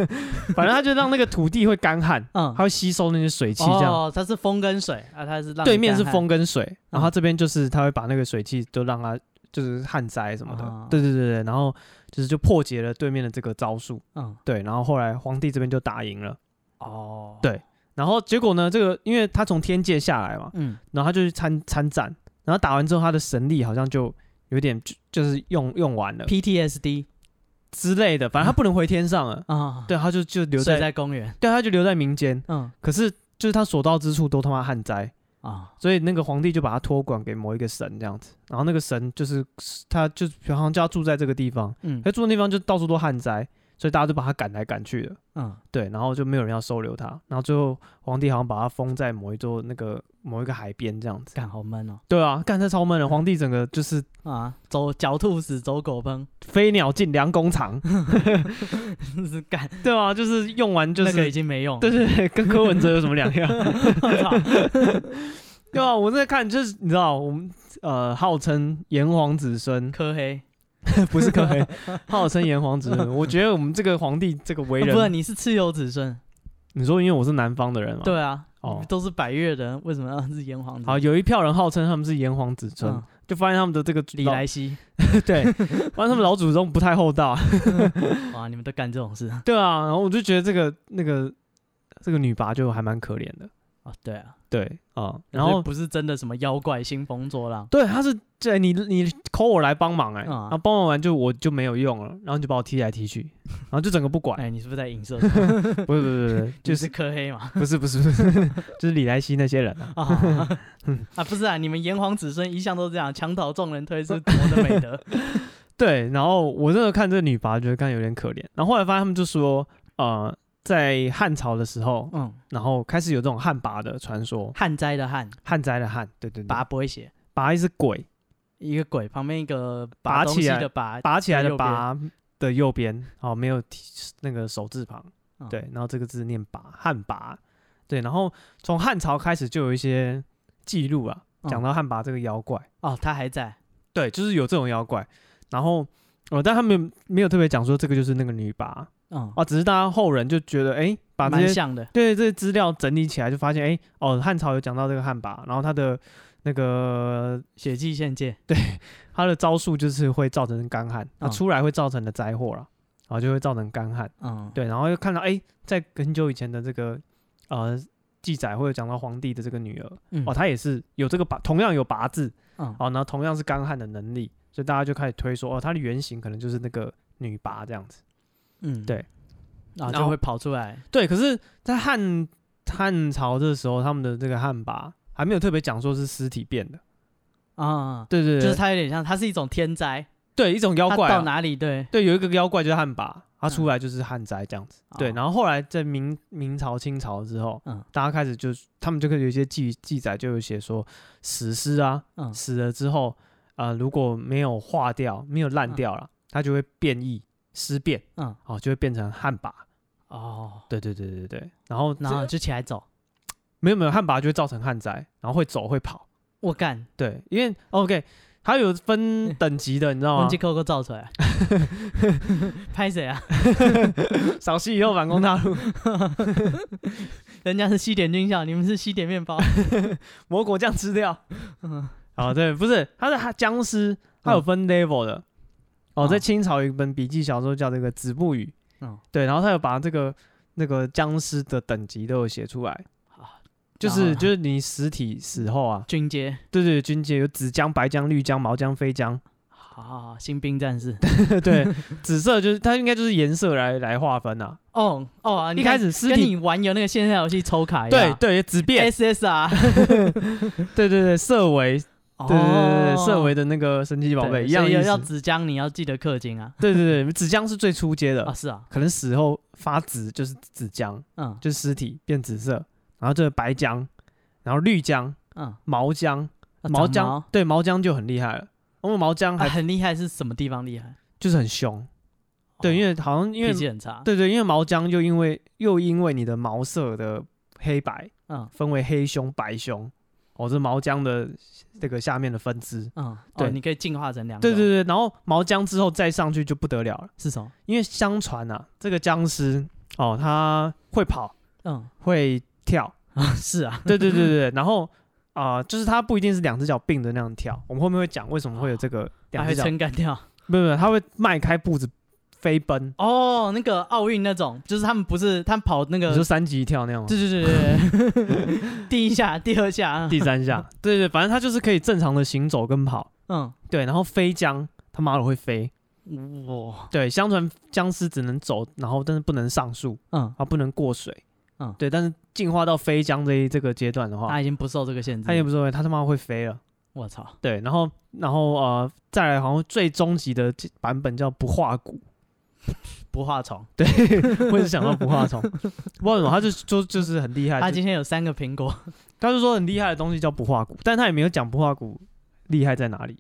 [SPEAKER 1] 反正它就让那个土地会干旱，
[SPEAKER 2] 嗯，
[SPEAKER 1] 它会吸收那些水汽，这样、
[SPEAKER 2] 哦，它是风跟水啊，它是让
[SPEAKER 1] 对面
[SPEAKER 2] 你
[SPEAKER 1] 是
[SPEAKER 2] 干
[SPEAKER 1] 风跟水，然后它这边就是它会把那个水汽都让它就是旱灾什么的，
[SPEAKER 2] 啊
[SPEAKER 1] 对对对对，然后就是就破解了对面的这个招数，
[SPEAKER 2] 旱，嗯，
[SPEAKER 1] 对，然后后来皇帝这边就打赢了，
[SPEAKER 2] 哦，
[SPEAKER 1] 对然后结果呢，这个因为他从天界下来嘛，
[SPEAKER 2] 嗯，
[SPEAKER 1] 然后他就去参参战，然后打完之后他的神力好像就有点就就是用用完了，
[SPEAKER 2] ，PTSD，
[SPEAKER 1] 之类的，反正它不能回天上了。
[SPEAKER 2] 啊，
[SPEAKER 1] 对，它就就留
[SPEAKER 2] 睡
[SPEAKER 1] 在，
[SPEAKER 2] 在公园，
[SPEAKER 1] 对，它就留在民间。
[SPEAKER 2] 嗯
[SPEAKER 1] 可是就是它所到之处都他妈旱灾，
[SPEAKER 2] 啊，
[SPEAKER 1] 所以那个皇帝就把它托管给某一个神这样子，然后那个神就是他就好像叫他住在这个地方，
[SPEAKER 2] 嗯
[SPEAKER 1] 他住的地方就到处都旱灾，所以大家就把他赶来赶去的，
[SPEAKER 2] 嗯
[SPEAKER 1] 对，然后就没有人要收留他，然后最后皇帝好像把他封在某一座那个某一个海边这样子，
[SPEAKER 2] 干好闷哦
[SPEAKER 1] 对啊，干这超闷的，皇帝整个就是
[SPEAKER 2] 啊，走狡兔死，走狗烹， [laughs]
[SPEAKER 1] 飞鸟尽良弓藏，
[SPEAKER 2] 是干
[SPEAKER 1] 对啊，就是用完就
[SPEAKER 2] 那个已
[SPEAKER 1] 是，
[SPEAKER 2] 经没用，
[SPEAKER 1] 对对对， [laughs] 跟柯文哲有什么两样？
[SPEAKER 2] [laughs] 我操，
[SPEAKER 1] 对啊，我在看就是你知道我们呃号称炎黄子孙，
[SPEAKER 2] 科黑，
[SPEAKER 1] 不是科黑，号称炎黄子孙。我觉得我们这个皇帝这个为
[SPEAKER 2] 啊不然
[SPEAKER 1] 人，
[SPEAKER 2] 你是蚩尤子孙，
[SPEAKER 1] 你说因为我是南方的人嘛，，
[SPEAKER 2] 对啊，
[SPEAKER 1] 哦
[SPEAKER 2] 都是百越人，为什么要是炎黄子？
[SPEAKER 1] 好，有一票人号称他们是炎黄子孙，
[SPEAKER 2] 嗯，
[SPEAKER 1] 就发现他们的这个
[SPEAKER 2] 李
[SPEAKER 1] 老
[SPEAKER 2] 莱西，
[SPEAKER 1] 对，发现他们老祖宗不太厚道，
[SPEAKER 2] 哇，你们都干这种事啊？
[SPEAKER 1] 对啊，然后我就觉得这个那个这个女拔就还蛮可怜的，
[SPEAKER 2] 对啊，
[SPEAKER 1] 对啊、然
[SPEAKER 2] 所以
[SPEAKER 1] 后
[SPEAKER 2] 不是真的什么妖怪兴风
[SPEAKER 1] [laughs]
[SPEAKER 2] 作浪，
[SPEAKER 1] 对，他是这你你扣我来帮忙哎、
[SPEAKER 2] 嗯啊
[SPEAKER 1] 然后帮忙完就我就没有用了，然后你就把我踢来踢去，然后就整个不管，
[SPEAKER 2] 哎，你是不是在
[SPEAKER 1] [laughs]
[SPEAKER 2] 影射？
[SPEAKER 1] 不是不是不是，
[SPEAKER 2] 就
[SPEAKER 1] 就是
[SPEAKER 2] 是科黑
[SPEAKER 1] [laughs]
[SPEAKER 2] 嘛？
[SPEAKER 1] 不是不是不是，就是李莱西那些人啊，
[SPEAKER 2] 啊啊，不是啊，你们炎黄子孙一向都这样，墙倒众人推是我的
[SPEAKER 1] [laughs]
[SPEAKER 2] 美德。
[SPEAKER 1] 对，然后我真的看这个女拔，觉得看有点可怜。然后后来发现他们就说，呃，在汉朝的时候，
[SPEAKER 2] 嗯，
[SPEAKER 1] 然后开始有这种旱魃的传说，
[SPEAKER 2] 旱灾的旱，
[SPEAKER 1] 旱灾的旱，对对对，
[SPEAKER 2] 拔不会写，
[SPEAKER 1] 拔一只鬼，
[SPEAKER 2] 一个鬼旁边一个
[SPEAKER 1] 拔
[SPEAKER 2] 东
[SPEAKER 1] 起
[SPEAKER 2] 西
[SPEAKER 1] 来
[SPEAKER 2] 的拔，
[SPEAKER 1] 拔起来
[SPEAKER 2] 在
[SPEAKER 1] 的
[SPEAKER 2] 右
[SPEAKER 1] 拔的右边，哦，没有提那个手字旁，
[SPEAKER 2] 嗯
[SPEAKER 1] 对，然后这个字念拔，旱魃，对，然后从汉朝开始就有一些记录啊，
[SPEAKER 2] 嗯
[SPEAKER 1] 讲到旱魃这个妖怪，
[SPEAKER 2] 哦，他还在，
[SPEAKER 1] 对，就是有这种妖怪，然后。呃，但他们没有特别讲说这个就是那个女拔
[SPEAKER 2] 嗯，
[SPEAKER 1] 啊，只是大家后人就觉得，哎、把这
[SPEAKER 2] 蛮
[SPEAKER 1] 些
[SPEAKER 2] 像的，
[SPEAKER 1] 对这些资料整理起来，就发现哎、诶哦，汉朝有讲到这个旱魃，然后他的那个
[SPEAKER 2] 血迹献界，
[SPEAKER 1] 他的招数就是会造成干旱，那、
[SPEAKER 2] 嗯
[SPEAKER 1] 出来会造成的灾祸啦，然后就会造成干旱。
[SPEAKER 2] 嗯，
[SPEAKER 1] 对，然后又看到哎、诶在很久以前的这个呃记载，会有讲到皇帝的这个女儿、
[SPEAKER 2] 嗯
[SPEAKER 1] 哦，她也是有这个拔，同样有拔字
[SPEAKER 2] 嗯，
[SPEAKER 1] 哦，然后同样是干旱的能力，所以大家就开始推说哦，她的原型可能就是那个女拔这样子。
[SPEAKER 2] 嗯，
[SPEAKER 1] 对，
[SPEAKER 2] 然
[SPEAKER 1] 然
[SPEAKER 2] 后就
[SPEAKER 1] 后
[SPEAKER 2] 会跑出来，
[SPEAKER 1] 对，可是，在汉汉朝的时候，他们的这个旱魃还没有特别讲说是尸体变的，
[SPEAKER 2] 啊，
[SPEAKER 1] 嗯对对对，
[SPEAKER 2] 就是它有点像，它是一种天灾，
[SPEAKER 1] 对一种妖
[SPEAKER 2] 它
[SPEAKER 1] 怪、
[SPEAKER 2] 到
[SPEAKER 1] 啊，
[SPEAKER 2] 哪里对，
[SPEAKER 1] 对，有一个妖怪就是旱魃，它出来就是旱灾这样子。对，
[SPEAKER 2] 哦
[SPEAKER 1] 然后后来在明明朝、清朝之后，
[SPEAKER 2] 嗯
[SPEAKER 1] 大家开始就他们就可以有一些记记载，就有写说死尸啊，
[SPEAKER 2] 嗯
[SPEAKER 1] 死了之后，呃，如果没有化掉、没有烂
[SPEAKER 2] 嗯
[SPEAKER 1] 掉了，它就会变异尸变，
[SPEAKER 2] 嗯，
[SPEAKER 1] 哦，就会变成旱魃。
[SPEAKER 2] 哦，
[SPEAKER 1] 对对对对对，然后
[SPEAKER 2] 然后就起来走，
[SPEAKER 1] 没有没有旱魃就会造成旱灾，然后会走会跑。
[SPEAKER 2] 我干，
[SPEAKER 1] 对，因为 OK，它有分等级的，你知道
[SPEAKER 2] 嗯忘
[SPEAKER 1] 吗
[SPEAKER 2] 记？扣扣造出来，
[SPEAKER 1] [laughs]
[SPEAKER 2] 拍谁啊？ [laughs]
[SPEAKER 1] 赏析以后反攻大陆，
[SPEAKER 2] 人家是西点军校，你们是西点面包，
[SPEAKER 1] 魔果酱吃掉。
[SPEAKER 2] 嗯
[SPEAKER 1] 啊，对，不是，它是它僵尸，它有分 level 的。哦，
[SPEAKER 2] 哦
[SPEAKER 1] 在清朝有一本笔记小说叫这个《子不语》，
[SPEAKER 2] 嗯
[SPEAKER 1] 对，然后他有把这个那个僵尸的等级都有写出来，
[SPEAKER 2] 啊，
[SPEAKER 1] 就
[SPEAKER 2] 然后
[SPEAKER 1] 是
[SPEAKER 2] 呢
[SPEAKER 1] 就是你实体死后啊，
[SPEAKER 2] 军阶，
[SPEAKER 1] 对对，军阶有紫僵、白僵、绿僵、毛僵、飞僵，
[SPEAKER 2] 啊，新兵战士，
[SPEAKER 1] [laughs] 对，紫色就是它应该就是颜色来来划分啊。
[SPEAKER 2] 哦哦啊，你
[SPEAKER 1] 一开
[SPEAKER 2] 看
[SPEAKER 1] 始尸
[SPEAKER 2] 跟
[SPEAKER 1] 体，
[SPEAKER 2] 你玩有那个线上游戏抽卡一
[SPEAKER 1] 对
[SPEAKER 2] 样，啊哎
[SPEAKER 1] 对，紫变，
[SPEAKER 2] ，SSR，
[SPEAKER 1] 对对对，色违
[SPEAKER 2] 对
[SPEAKER 1] 对对
[SPEAKER 2] 哦
[SPEAKER 1] 对，社为的那个神奇宝贝一样的意
[SPEAKER 2] 要要
[SPEAKER 1] 思。
[SPEAKER 2] 纸浆，你要记得氪金啊，
[SPEAKER 1] 对对对，纸浆是最初阶
[SPEAKER 2] 啊
[SPEAKER 1] 的，
[SPEAKER 2] 是啊，
[SPEAKER 1] 可能死后发紫就是紫浆，
[SPEAKER 2] 嗯
[SPEAKER 1] 就是尸体变紫色，然后这个白浆，然后绿浆、
[SPEAKER 2] 嗯，啊
[SPEAKER 1] 毛浆、
[SPEAKER 2] 长
[SPEAKER 1] 毛浆，对毛浆就很厉害了。因为毛浆
[SPEAKER 2] 啊
[SPEAKER 1] 还
[SPEAKER 2] 很厉害，是什么地方厉害？
[SPEAKER 1] 就是很凶，对，因
[SPEAKER 2] 为
[SPEAKER 1] 为好像因为
[SPEAKER 2] 脾气很差，，
[SPEAKER 1] 对对，因为毛浆就因为又因为你的毛色的黑白
[SPEAKER 2] 嗯
[SPEAKER 1] 分为黑胸、白胸，哦，这毛浆的这个下面的分支。
[SPEAKER 2] 嗯，对，
[SPEAKER 1] 对
[SPEAKER 2] 你可以进化成两种，
[SPEAKER 1] 对对对，然后毛浆之后再上去就不得了了。
[SPEAKER 2] 是什么？
[SPEAKER 1] 因为相传啊，这个僵尸哦，他会跑， [laughs]
[SPEAKER 2] 嗯
[SPEAKER 1] 会跳，
[SPEAKER 2] 啊是啊，
[SPEAKER 1] 对对对 [laughs] 对，然后啊、就是他不一定是两只脚并着那样跳，我们后面会讲为什么会有这个两
[SPEAKER 2] 还
[SPEAKER 1] 只
[SPEAKER 2] 会
[SPEAKER 1] 脚，
[SPEAKER 2] 撑杆跳。
[SPEAKER 1] 没有没有，他会迈开步子飞奔，
[SPEAKER 2] 哦，那个奥运那种，就是他们不是他们跑那
[SPEAKER 1] 你
[SPEAKER 2] 个
[SPEAKER 1] 说，三级跳那样吗？
[SPEAKER 2] 对对对对对， [laughs] 第一下、第二下，嗯
[SPEAKER 1] 第三下，对对，反正他就是可以正常的行走跟跑，
[SPEAKER 2] 嗯
[SPEAKER 1] 对，然后飞将他妈的会飞，
[SPEAKER 2] 哇，
[SPEAKER 1] 对，相传僵尸只能走，然后但是不能上树
[SPEAKER 2] 嗯，
[SPEAKER 1] 啊，不能过水。
[SPEAKER 2] 嗯啊
[SPEAKER 1] 对，但是进化到飞僵这一这个阶段的话，
[SPEAKER 2] 他已经不受这个限制
[SPEAKER 1] 它也，不是它他妈会飞了。
[SPEAKER 2] 我操，
[SPEAKER 1] 对，然后然后呃，再来好像最终极的版本叫不化骨，
[SPEAKER 2] 不化虫，
[SPEAKER 1] 对，我一直想到不化虫， [laughs] 不知道为什么，他就就就是很厉害，
[SPEAKER 2] 他
[SPEAKER 1] 就
[SPEAKER 2] 今天有三个苹果，
[SPEAKER 1] 他就说很厉害的东西叫不化骨，但他也没有讲不化骨厉害在哪里，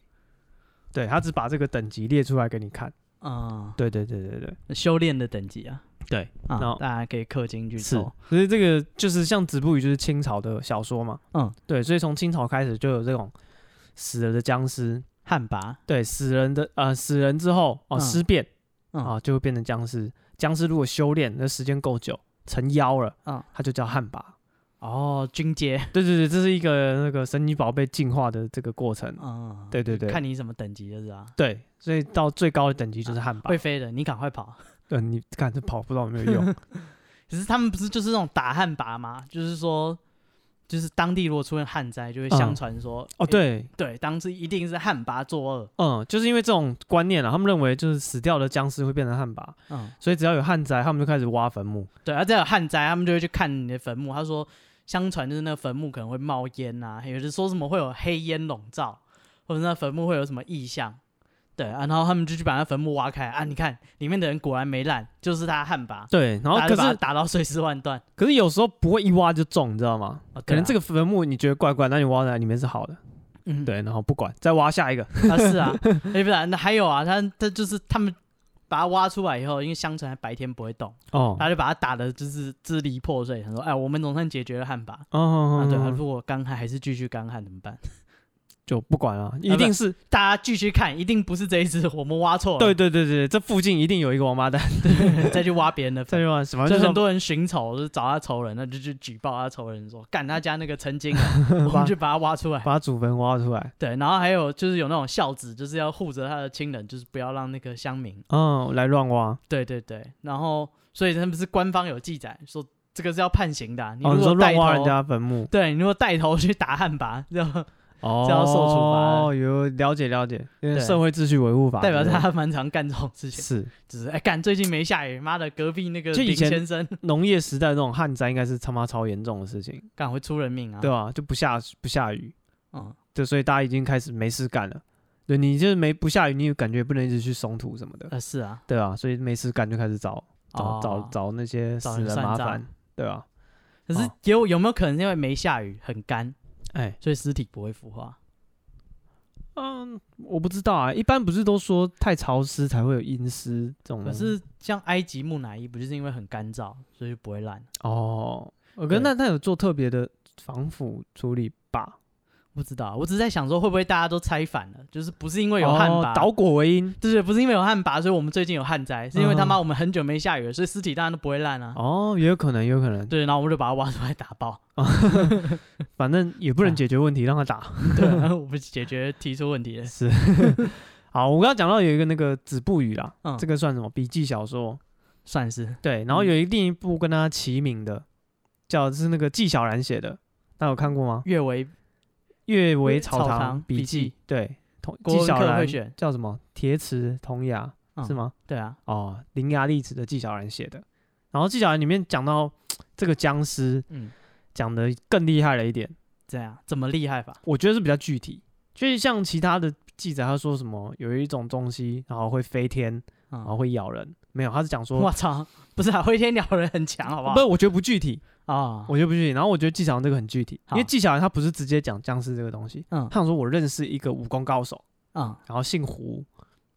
[SPEAKER 1] 对他只把这个等级列出来给你看，
[SPEAKER 2] 嗯，
[SPEAKER 1] 对对对对对，
[SPEAKER 2] 修炼的等级啊，
[SPEAKER 1] 对
[SPEAKER 2] 啊
[SPEAKER 1] 然后，
[SPEAKER 2] 大家可以氪金去
[SPEAKER 1] 是
[SPEAKER 2] 抽，，
[SPEAKER 1] 所以这个就是像子不语就是清朝的小说嘛，
[SPEAKER 2] 嗯，
[SPEAKER 1] 对，所以从清朝开始就有这种死了的僵尸，
[SPEAKER 2] 旱魃，
[SPEAKER 1] 对，死人的呃死人之后哦、
[SPEAKER 2] 嗯
[SPEAKER 1] 尸变
[SPEAKER 2] 嗯
[SPEAKER 1] 啊、就会变成僵尸，僵尸如果修炼那时间够久成妖了，
[SPEAKER 2] 嗯
[SPEAKER 1] 它就叫旱魃。
[SPEAKER 2] 哦，军阶，
[SPEAKER 1] 对对对，这是一个那个神奇宝贝进化的这个过程。
[SPEAKER 2] 嗯，
[SPEAKER 1] 对对对，
[SPEAKER 2] 看你什么等级就是啊，
[SPEAKER 1] 对，所以到最高的等级就是汉堡。
[SPEAKER 2] 会飞的你赶快跑，
[SPEAKER 1] 对，你看这跑不知道有没有用。
[SPEAKER 2] [laughs] 可是他们不是就是那种打旱魃吗？就是说，就是当地如果出现旱灾，就会相传说、
[SPEAKER 1] 哦，
[SPEAKER 2] 诶
[SPEAKER 1] 对，
[SPEAKER 2] 对，当时一定是旱魃作恶。
[SPEAKER 1] 嗯，就是因为这种观念啊，他们认为就是死掉的僵尸会变成汉堡，
[SPEAKER 2] 嗯，
[SPEAKER 1] 所以只要有旱灾，他们就开始挖坟墓。
[SPEAKER 2] 对，啊而再有旱灾，他们就会去看你的坟墓。他说，相传就是那个坟墓可能会冒烟啊，有的说什么会有黑烟笼罩，或者那坟墓会有什么异象。对啊，然后他们就去把那坟墓挖开啊，你看里面的人果然没烂，就是他旱魃。
[SPEAKER 1] 对，然后
[SPEAKER 2] 大家
[SPEAKER 1] 可
[SPEAKER 2] 就把他
[SPEAKER 1] 是
[SPEAKER 2] 打到碎尸万段，
[SPEAKER 1] 可是有时候不会一挖就中，你知道吗？
[SPEAKER 2] 啊对啊
[SPEAKER 1] 可能这个坟墓你觉得怪怪，那你挖来里面是好的，
[SPEAKER 2] 嗯，
[SPEAKER 1] 对，然后不管再挖下一个，
[SPEAKER 2] 啊，是啊，哎、不然那还有啊，他他就是他们把它挖出来以后，因为相传白天不会动，
[SPEAKER 1] 哦，
[SPEAKER 2] 他就把它打的就是支离破碎。他说：“哎，我们总算解决了旱魃。
[SPEAKER 1] 哦哦，
[SPEAKER 2] 啊，
[SPEAKER 1] 哦
[SPEAKER 2] 对，啊
[SPEAKER 1] 哦
[SPEAKER 2] 如果干旱还是继续干旱怎么办？
[SPEAKER 1] 就不管了，一
[SPEAKER 2] 啊不
[SPEAKER 1] 定是
[SPEAKER 2] 大家继续看，一定不是这一只，我们挖错了，
[SPEAKER 1] 对对对对，这附近一定有一个王八
[SPEAKER 2] [laughs]
[SPEAKER 1] 蛋，
[SPEAKER 2] 对，再去挖别人的
[SPEAKER 1] 再
[SPEAKER 2] 坟。
[SPEAKER 1] 去挖什么 [laughs]
[SPEAKER 2] 就
[SPEAKER 1] 就是
[SPEAKER 2] 很多人寻仇，就是找他仇人，那就去举报他仇人说，干他家那个曾经啊，
[SPEAKER 1] [laughs]
[SPEAKER 2] 我们就把他挖出来。
[SPEAKER 1] 把祖坟挖出来。
[SPEAKER 2] 对，然后还有就是有那种孝子，就是要护着他的亲人，就是不要让那个乡民
[SPEAKER 1] 嗯，来乱挖。
[SPEAKER 2] 对对对，然后所以他们是官方有记载说这个是要判刑的啊、你
[SPEAKER 1] 哦，
[SPEAKER 2] 如
[SPEAKER 1] 你说
[SPEAKER 2] 果带
[SPEAKER 1] 乱
[SPEAKER 2] 头，
[SPEAKER 1] 挖人家坟墓，
[SPEAKER 2] 对你如果带头去打汉魃，就
[SPEAKER 1] 哦
[SPEAKER 2] 这要受处罚
[SPEAKER 1] 哦，有了解了解，有点
[SPEAKER 2] 对
[SPEAKER 1] 社会秩序维护法之
[SPEAKER 2] [laughs] 代
[SPEAKER 1] 类的，
[SPEAKER 2] 表他蛮常干这种事
[SPEAKER 1] [laughs]
[SPEAKER 2] 情，
[SPEAKER 1] 是
[SPEAKER 2] 就是哎干最近没下雨，妈的隔壁那个
[SPEAKER 1] 就以
[SPEAKER 2] 林
[SPEAKER 1] 前
[SPEAKER 2] 先生 [laughs]
[SPEAKER 1] 农业时代那种旱灾，应该是他妈超严重的事情，
[SPEAKER 2] 干会出人命啊，
[SPEAKER 1] 对吧、就不下不下雨，
[SPEAKER 2] 嗯，
[SPEAKER 1] 对，所以大家已经开始没事干了。对你就是没不下雨，你也感觉不能一直去松土什么的，
[SPEAKER 2] 呃是啊，
[SPEAKER 1] 对啊，所以没事干就开始找找、
[SPEAKER 2] 哦
[SPEAKER 1] 找找那些
[SPEAKER 2] 找
[SPEAKER 1] 死
[SPEAKER 2] 人
[SPEAKER 1] 人
[SPEAKER 2] 算
[SPEAKER 1] 麻
[SPEAKER 2] 账
[SPEAKER 1] 烦，对啊，
[SPEAKER 2] 可是
[SPEAKER 1] 哦
[SPEAKER 2] 有有没有可能是因为没下雨很干，
[SPEAKER 1] 哎，
[SPEAKER 2] 所以尸体不会腐化？
[SPEAKER 1] 嗯，我不知道啊，一般不是都说太潮湿才会有阴湿这种，
[SPEAKER 2] 可是像埃及木乃伊不就是因为很干燥，所以就不会烂？
[SPEAKER 1] 哦，我跟
[SPEAKER 2] 对
[SPEAKER 1] 那他有做特别的防腐处理吧？
[SPEAKER 2] 不知道，我只是在想说会不会大家都猜反了，就是不是因为有汉魃、
[SPEAKER 1] 哦导果为因
[SPEAKER 2] 对对，不是因为有旱魃，所以我们最近有旱灾，是因为他妈我们很久没下雨了，所以尸体当然都不会烂啊。
[SPEAKER 1] 嗯哦，也有可能，也有可能，
[SPEAKER 2] 对，然后我们就把它挖出来打
[SPEAKER 1] [laughs]
[SPEAKER 2] 爆，
[SPEAKER 1] 反正也不能
[SPEAKER 2] 啊
[SPEAKER 1] 解决问题，让他打
[SPEAKER 2] 对，然后我们解决提出问题了。
[SPEAKER 1] 是。 [laughs] 好，我刚刚讲到有一个那个子不语啦，
[SPEAKER 2] 嗯，
[SPEAKER 1] 这
[SPEAKER 2] 这个
[SPEAKER 1] 个算什么笔记小说？[laughs]
[SPEAKER 2] 算是
[SPEAKER 1] 对，然后有一另一部跟他齐名的，叫是那个纪晓岚写的，那有看过吗？
[SPEAKER 2] 阅微
[SPEAKER 1] 《阅微
[SPEAKER 2] 草
[SPEAKER 1] 草堂
[SPEAKER 2] 堂
[SPEAKER 1] 笔
[SPEAKER 2] 笔
[SPEAKER 1] 记
[SPEAKER 2] 记》
[SPEAKER 1] 对，同
[SPEAKER 2] 国
[SPEAKER 1] 纪
[SPEAKER 2] 文
[SPEAKER 1] 晓
[SPEAKER 2] 课
[SPEAKER 1] 岚
[SPEAKER 2] 会选，
[SPEAKER 1] 叫什么？铁齿铜牙、
[SPEAKER 2] 嗯
[SPEAKER 1] 是吗？
[SPEAKER 2] 对啊，
[SPEAKER 1] 哦，伶牙俐齿的纪晓岚写的。然后纪晓岚里面讲到这个僵尸
[SPEAKER 2] 嗯，
[SPEAKER 1] 讲的更厉害了一点，
[SPEAKER 2] 这样怎么厉害法？
[SPEAKER 1] 我觉得是比较具体，就是像其他的记载他说什么有一种东西，然后会飞天，然后
[SPEAKER 2] 嗯，
[SPEAKER 1] 会咬人，没有，他是讲说
[SPEAKER 2] [laughs] 我，操，不是啊，灰天鸟人很强，好不好
[SPEAKER 1] 不，？我觉得不具体，
[SPEAKER 2] 啊，
[SPEAKER 1] 我觉得不具体。然后我觉得纪晓岚这个很具体，因为
[SPEAKER 2] 好
[SPEAKER 1] 纪晓岚他不是直接讲僵尸这个东西，
[SPEAKER 2] 嗯
[SPEAKER 1] 他想说我认识一个武功高手，
[SPEAKER 2] 嗯
[SPEAKER 1] 然后姓胡，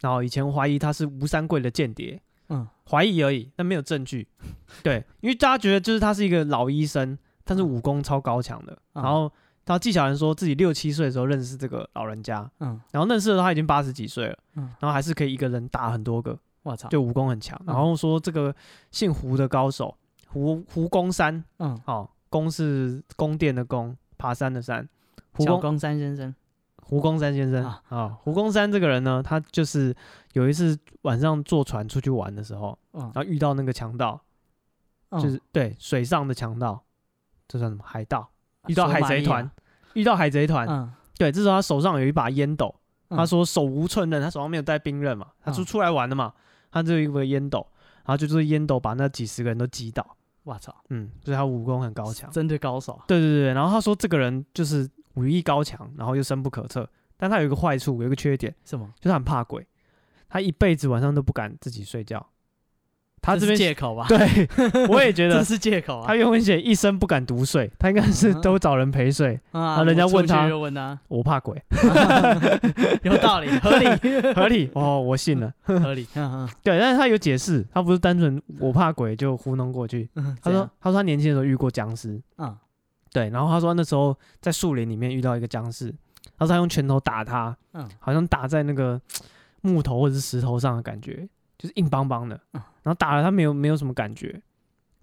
[SPEAKER 1] 然后以前怀疑他是吴三桂的间谍，
[SPEAKER 2] 嗯，
[SPEAKER 1] 怀疑而已，但没有证据。
[SPEAKER 2] [laughs]
[SPEAKER 1] 对，因为大家觉得就是他是一个老医生，但是武功超高强的。
[SPEAKER 2] 嗯
[SPEAKER 1] 然后他纪晓岚说自己六七岁的时候认识这个老人家，
[SPEAKER 2] 嗯，
[SPEAKER 1] 然后认识的时候他已经八十几岁了，
[SPEAKER 2] 嗯
[SPEAKER 1] 然后还是可以一个人打很多个，
[SPEAKER 2] 我操，
[SPEAKER 1] 就武功很强。
[SPEAKER 2] 嗯
[SPEAKER 1] 然后说这个姓胡的高手胡胡公山，
[SPEAKER 2] 嗯，
[SPEAKER 1] 哦，公是宫殿的宫，爬山的山，胡
[SPEAKER 2] 小
[SPEAKER 1] 公
[SPEAKER 2] 公山先生，
[SPEAKER 1] 胡公山先生啊
[SPEAKER 2] 啊、
[SPEAKER 1] 胡公山这个人呢，他就是有一次晚上坐船出去玩的时候，
[SPEAKER 2] 嗯
[SPEAKER 1] 然，后遇到那个强盗，
[SPEAKER 2] 嗯
[SPEAKER 1] 就是对水上的强盗，这算什么海盗？遇
[SPEAKER 2] 嗯索
[SPEAKER 1] 到海
[SPEAKER 2] 马
[SPEAKER 1] 贼
[SPEAKER 2] 利
[SPEAKER 1] 团
[SPEAKER 2] 亚，
[SPEAKER 1] 遇到海贼团，
[SPEAKER 2] 嗯
[SPEAKER 1] 对，这时候他手上有一把烟斗，他说手无寸刃，他手上没有带兵刃嘛，他
[SPEAKER 2] 嗯
[SPEAKER 1] 就出来玩的嘛，他就一个烟斗，然后就是烟斗把那几十个人都击倒，
[SPEAKER 2] 我操，
[SPEAKER 1] 嗯，所以他武功很高强。
[SPEAKER 2] 针对高手啊，
[SPEAKER 1] 对对对，然后他说这个人就是武艺高强，然后又深不可测，但他有一个坏处，有一个缺点，
[SPEAKER 2] 什么？
[SPEAKER 1] 就是他很怕鬼，他一辈子晚上都不敢自己睡觉。他
[SPEAKER 2] 这
[SPEAKER 1] 这
[SPEAKER 2] 是
[SPEAKER 1] 边
[SPEAKER 2] 借口吧？， [laughs]
[SPEAKER 1] 对，我也觉
[SPEAKER 2] 这
[SPEAKER 1] 得
[SPEAKER 2] 是借口啊
[SPEAKER 1] 他。原文写一生不敢独睡，他应该是
[SPEAKER 2] 嗯
[SPEAKER 1] 都找人陪睡。
[SPEAKER 2] 啊
[SPEAKER 1] 后人家
[SPEAKER 2] 我出
[SPEAKER 1] 问他
[SPEAKER 2] 去就问他， [laughs]
[SPEAKER 1] 我怕鬼， [laughs]
[SPEAKER 2] 有道理，合理，
[SPEAKER 1] 合理哦，我信了。
[SPEAKER 2] [laughs] 合理。嗯嗯
[SPEAKER 1] 对，但是他有解释，他不是单纯我怕鬼就糊弄过去。
[SPEAKER 2] 嗯，
[SPEAKER 1] 他
[SPEAKER 2] 怎
[SPEAKER 1] 说
[SPEAKER 2] 样，
[SPEAKER 1] 他说他年轻的时候遇过僵尸，
[SPEAKER 2] 嗯，
[SPEAKER 1] 对，然后他说那时候在树林里面遇到一个僵尸，他说他用拳头打他，
[SPEAKER 2] 嗯
[SPEAKER 1] 好像打在那个木头或者是石头上的感觉，就是硬邦邦的。
[SPEAKER 2] 嗯
[SPEAKER 1] 然后打了他没有没有什么感觉，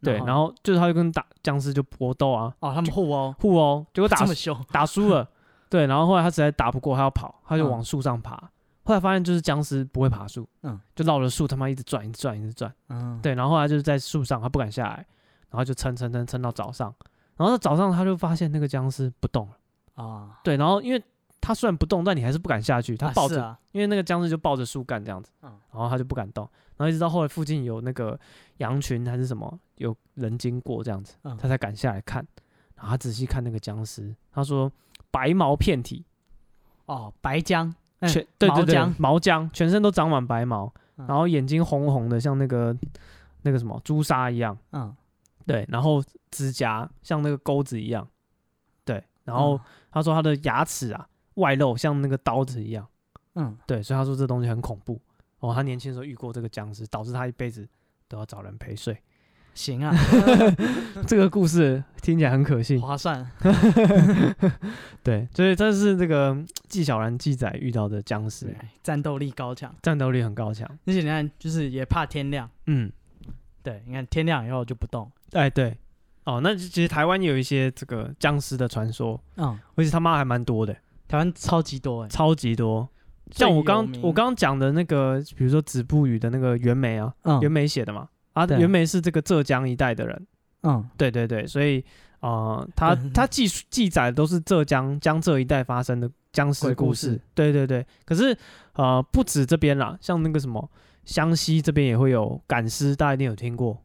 [SPEAKER 1] 对，然后就是他就跟打僵尸就搏斗啊，
[SPEAKER 2] 哦，他们互殴，
[SPEAKER 1] 互殴，结果打
[SPEAKER 2] 这么凶，
[SPEAKER 1] 打输
[SPEAKER 2] [laughs]
[SPEAKER 1] 了，对，然后后来他实在打不过，他要跑，他就
[SPEAKER 2] 嗯
[SPEAKER 1] 往树上爬。后来发现就是僵尸不会爬树，
[SPEAKER 2] 嗯
[SPEAKER 1] 就绕着树他妈一直转，一直转，一直转。
[SPEAKER 2] 嗯，
[SPEAKER 1] 对，然后后来就是在树上，他不敢下来，然后就撑撑撑撑到早上，然后到早上他就发现那个僵尸不动了。
[SPEAKER 2] 啊，
[SPEAKER 1] 对，然后因为他虽然不动，但你还是不敢下去，他
[SPEAKER 2] 啊
[SPEAKER 1] 抱
[SPEAKER 2] 是
[SPEAKER 1] 着，
[SPEAKER 2] 啊，
[SPEAKER 1] 因为那个僵尸就抱着树干这样子，
[SPEAKER 2] 嗯
[SPEAKER 1] 然后他就不敢动，然后一直到后来附近有那个羊群还是什么有人经过这样子，
[SPEAKER 2] 嗯
[SPEAKER 1] 他才敢下来看，然后他仔细看那个僵尸，他说白毛遍体，
[SPEAKER 2] 哦，白浆，嗯
[SPEAKER 1] 全、对对对
[SPEAKER 2] 毛浆
[SPEAKER 1] 毛浆，全身都长满白毛，
[SPEAKER 2] 嗯
[SPEAKER 1] 然后眼睛红红的，像那个那个什么朱砂一样，
[SPEAKER 2] 嗯，
[SPEAKER 1] 对，然后指甲像那个钩子一样，对，然
[SPEAKER 2] 嗯
[SPEAKER 1] 后他说他的牙齿啊外露，像那个刀子一样，
[SPEAKER 2] 嗯，
[SPEAKER 1] 对，所以他说这东西很恐怖。哦，他年轻的时候遇过这个僵尸，导致他一辈子都要找人陪睡。
[SPEAKER 2] 嗯，
[SPEAKER 1] [laughs]
[SPEAKER 2] 行啊，
[SPEAKER 1] 这个故事听起来很可信，
[SPEAKER 2] 划算，
[SPEAKER 1] 对，所以这是这个嗯纪晓岚记载遇到的僵尸，
[SPEAKER 2] 对战斗力高强，
[SPEAKER 1] 战斗力很高强。
[SPEAKER 2] 而且你看，就是也怕天亮，
[SPEAKER 1] 嗯，
[SPEAKER 2] 对，你看天亮以后就不动，
[SPEAKER 1] 哎对，哦，那其实台湾也有一些这个僵尸的传说，
[SPEAKER 2] 嗯，
[SPEAKER 1] 而且他妈还蛮多的，
[SPEAKER 2] 台湾超级多哎，
[SPEAKER 1] 超级多。像我刚
[SPEAKER 2] 最有名
[SPEAKER 1] 我，刚刚讲的那个，比如说子不语的那个袁枚啊，袁
[SPEAKER 2] 嗯
[SPEAKER 1] 枚写的嘛，啊，
[SPEAKER 2] 对
[SPEAKER 1] 袁枚是这个浙江一带的人，
[SPEAKER 2] 嗯，
[SPEAKER 1] 对对对，所以呃，他 [laughs]
[SPEAKER 2] 嗯
[SPEAKER 1] 他记述记载的都是浙江江浙一带发生的僵尸
[SPEAKER 2] 鬼
[SPEAKER 1] 故
[SPEAKER 2] 故
[SPEAKER 1] 事，
[SPEAKER 2] 事
[SPEAKER 1] 对对对。可是呃，不止这边啦，像那个什么湘西这边也会有赶尸，大家一定有听过。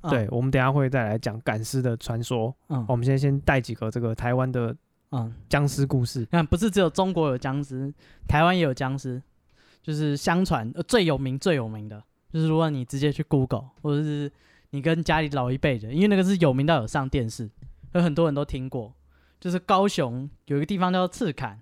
[SPEAKER 2] 嗯
[SPEAKER 1] 对，，我们等一下会再来讲赶尸的传说。
[SPEAKER 2] 嗯
[SPEAKER 1] 我们先先带几个这个台湾的
[SPEAKER 2] 嗯，
[SPEAKER 1] 僵尸故事。
[SPEAKER 2] 你看，不是只有中国有僵尸，台湾也有僵尸，就是相传、呃、最有名最有名的，就是如果你直接去 Google，或者是你跟家里老一辈的，因为那个是有名到有上电视，有很多人都听过，就是高雄有一个地方叫赤坎，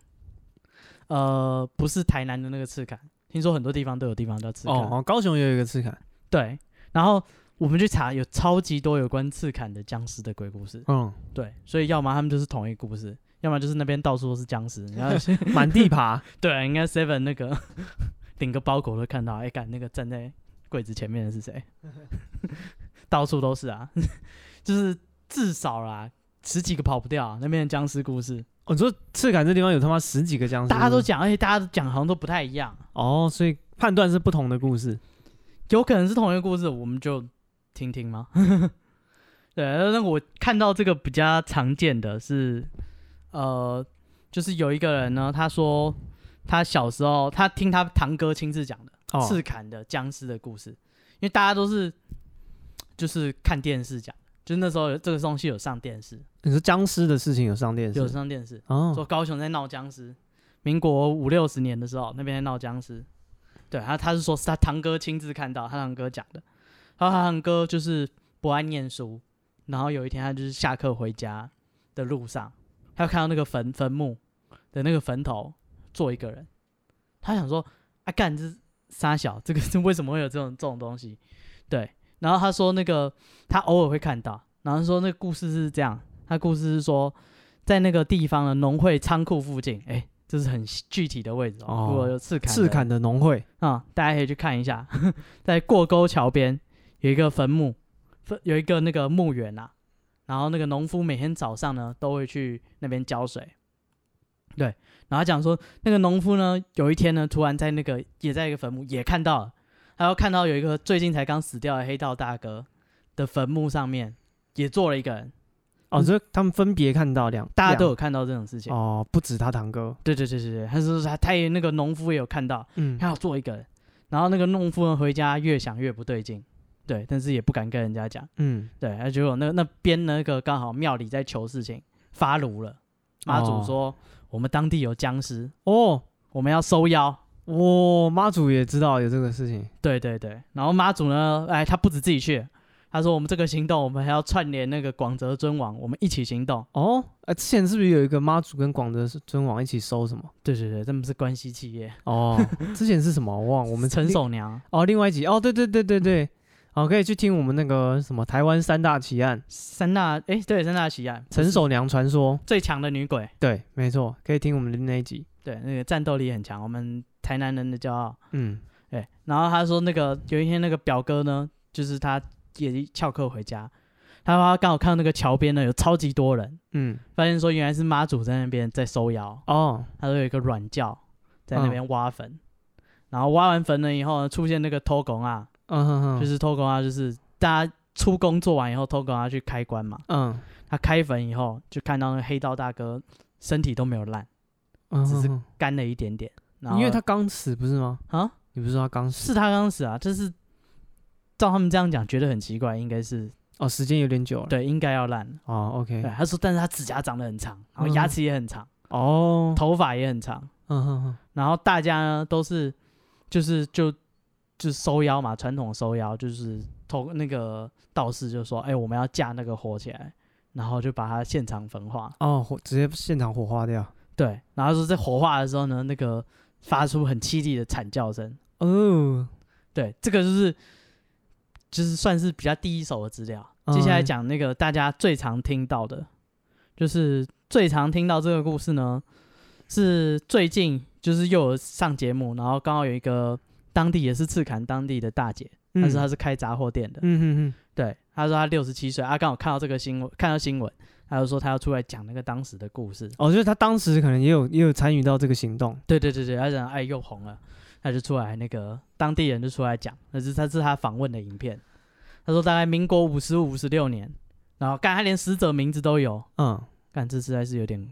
[SPEAKER 2] 呃，不是台南的那个赤坎，听说很多地方都有地方叫赤坎，
[SPEAKER 1] 哦哦，高雄也有一个赤坎。
[SPEAKER 2] 对，然后。我们去查，有超级多有关赤坎的僵尸的鬼故事。
[SPEAKER 1] 嗯，
[SPEAKER 2] 对，所以要么他们就是同一个故事，要么就是那边到处都是僵尸。然后 [laughs]
[SPEAKER 1] 满地 [laughs] 爬。
[SPEAKER 2] 对，应该 Seven 那个领个包裹都看到，哎、干那个站在柜子前面的是谁？ [laughs] 到处都是啊， [laughs] 就是至少啦，十几个跑不掉啊、那边的僵尸故事，
[SPEAKER 1] 我、哦你说赤坎这地方有他妈十几个僵尸，
[SPEAKER 2] 大家都讲，而且大家都讲好像都不太一样，
[SPEAKER 1] 哦，所以判断是不同的故事。
[SPEAKER 2] 有可能是同一个故事，我们就听听吗？ [laughs] 对，那我看到这个比较常见的是，呃，就是有一个人呢，他说他小时候他听他堂哥亲自讲的。
[SPEAKER 1] 哦，
[SPEAKER 2] 赤坎的僵尸的故事，因为大家都是就是看电视讲，就是那时候有这个东西有上电视，
[SPEAKER 1] 你说僵尸的事情有上电视？
[SPEAKER 2] 有上电视，说
[SPEAKER 1] 哦，
[SPEAKER 2] 高雄在闹僵尸，民国五六十年的时候那边在闹僵尸，对，他他是说是他堂哥亲自看到，他堂哥讲的，然后他堂哥就是不爱念书，然后有一天他就是下课回家的路上，他就看到那个坟坟墓的那个坟头坐一个人，他想说啊干这是傻小，这个是为什么会有这种这种东西？对，然后他说那个他偶尔会看到，然后说那个故事是这样，他故事是说在那个地方的农会仓库附近，哎、这是很具体的位置
[SPEAKER 1] 哦
[SPEAKER 2] 哦，如果有赤坎的
[SPEAKER 1] 赤坎的农会。
[SPEAKER 2] 啊、大家可以去看一下， [laughs] 在过沟桥边有一个坟墓，坟有一个那个墓园啊，然后那个农夫每天早上呢都会去那边浇水，对，然后他讲说那个农夫呢有一天呢突然在那个也在一个坟墓也看到了，还有看到有一个最近才刚死掉的黑道大哥的坟墓上面也坐了一个人，
[SPEAKER 1] 哦，所以他们分别看到两，
[SPEAKER 2] 嗯大家都
[SPEAKER 1] 两
[SPEAKER 2] 有看到这种事情。
[SPEAKER 1] 哦，不止他堂哥，
[SPEAKER 2] 对对对对对，他是说他他也那个农夫也有看到，
[SPEAKER 1] 嗯，
[SPEAKER 2] 他有做一个人，然后那个农夫呢回家越想越不对劲，对，但是也不敢跟人家讲，
[SPEAKER 1] 嗯，
[SPEAKER 2] 对，然后结果那那边那个刚好庙里在求事情发炉了，妈祖
[SPEAKER 1] 哦
[SPEAKER 2] 说、我们当地有僵尸，
[SPEAKER 1] 哦，
[SPEAKER 2] 我们要收妖。
[SPEAKER 1] 我妈祖也知道有这个事情，
[SPEAKER 2] 对对对，然后妈祖呢，哎，他不止自己去，他说我们这个行动，我们还要串联那个广泽尊王，我们一起行动。
[SPEAKER 1] 哦，呃，之前是不是有一个妈祖跟广德尊王一起收什么？
[SPEAKER 2] 对对对，他们是关系企业， [laughs]
[SPEAKER 1] 哦，之前是什么？我忘了，我们
[SPEAKER 2] 陈
[SPEAKER 1] 另
[SPEAKER 2] 守娘
[SPEAKER 1] 哦，另外一集哦，对对对对对，哦，可以去听我们那个什么台湾三大奇案，
[SPEAKER 2] 三大，哎，对，三大奇案，
[SPEAKER 1] 陈守娘传说，
[SPEAKER 2] 最强的女鬼，
[SPEAKER 1] 对，没错，可以听我们的那一集，
[SPEAKER 2] 对，那个战斗力很强，我们台南人的骄傲。
[SPEAKER 1] 嗯，
[SPEAKER 2] 哎，然后他说那个有一天那个表哥呢，就是他也翘课回家，他说他刚好看到那个桥边呢有超级多人，
[SPEAKER 1] 嗯，
[SPEAKER 2] 发现说原来是妈祖在那边在收妖。
[SPEAKER 1] 哦，
[SPEAKER 2] 他说有一个软教在
[SPEAKER 1] 嗯
[SPEAKER 2] 那边挖坟，然后挖完坟了以后呢，出现那个偷工啊，
[SPEAKER 1] 嗯哼哼，
[SPEAKER 2] 就是偷工啊，就是大家出工做完以后，偷工啊去开棺嘛。
[SPEAKER 1] 嗯，
[SPEAKER 2] 他开坟以后，就看到那个黑道大哥身体都没有烂，
[SPEAKER 1] 嗯，
[SPEAKER 2] 只是
[SPEAKER 1] 嗯
[SPEAKER 2] 干了一点点。
[SPEAKER 1] 嗯
[SPEAKER 2] 然后
[SPEAKER 1] 因为他刚死不是吗？
[SPEAKER 2] 啊，
[SPEAKER 1] 你不是说他刚死？
[SPEAKER 2] 是他刚死啊，就是照他们这样讲，觉得很奇怪，应该是
[SPEAKER 1] 哦，时间有点久了，，
[SPEAKER 2] 对，应该要烂。
[SPEAKER 1] 哦
[SPEAKER 2] 对，
[SPEAKER 1] ，OK，
[SPEAKER 2] 他说，但是他指甲长得很长，然后
[SPEAKER 1] 嗯
[SPEAKER 2] 牙齿也很长，
[SPEAKER 1] 哦，
[SPEAKER 2] 头发也很长，
[SPEAKER 1] 嗯哼哼，
[SPEAKER 2] 然后大家呢都是就是就就是收妖嘛，传统收妖就是头那个道士就说，哎、我们要架那个火起来，然后就把它现场焚化。
[SPEAKER 1] 哦，火直接现场火化掉，
[SPEAKER 2] 对，然后说在火化的时候呢，那个发出很凄厉的惨叫声。
[SPEAKER 1] 哦，
[SPEAKER 2] 对，这个就是就是算是比较第一手的资料。
[SPEAKER 1] 嗯
[SPEAKER 2] 接下来讲那个大家最常听到的，就是最常听到这个故事呢，是最近就是又有上节目，然后刚好有一个当地也是赤坎当地的大姐，但是她
[SPEAKER 1] 嗯
[SPEAKER 2] 是开杂货店的，
[SPEAKER 1] 嗯嗯
[SPEAKER 2] 对，她说她六十七岁，啊她刚好看到这个新闻，看到新闻，她就说她要出来讲那个当时的故事。
[SPEAKER 1] 哦，就是他当时可能也有也有参与到这个行动，
[SPEAKER 2] 对对对对，她讲哎又红了，她就出来那个当地人就出来讲，那是她是她访问的影片，她说大概民国五十五十六年，然后干她连死者名字都有，
[SPEAKER 1] 嗯，
[SPEAKER 2] 干这实在是有点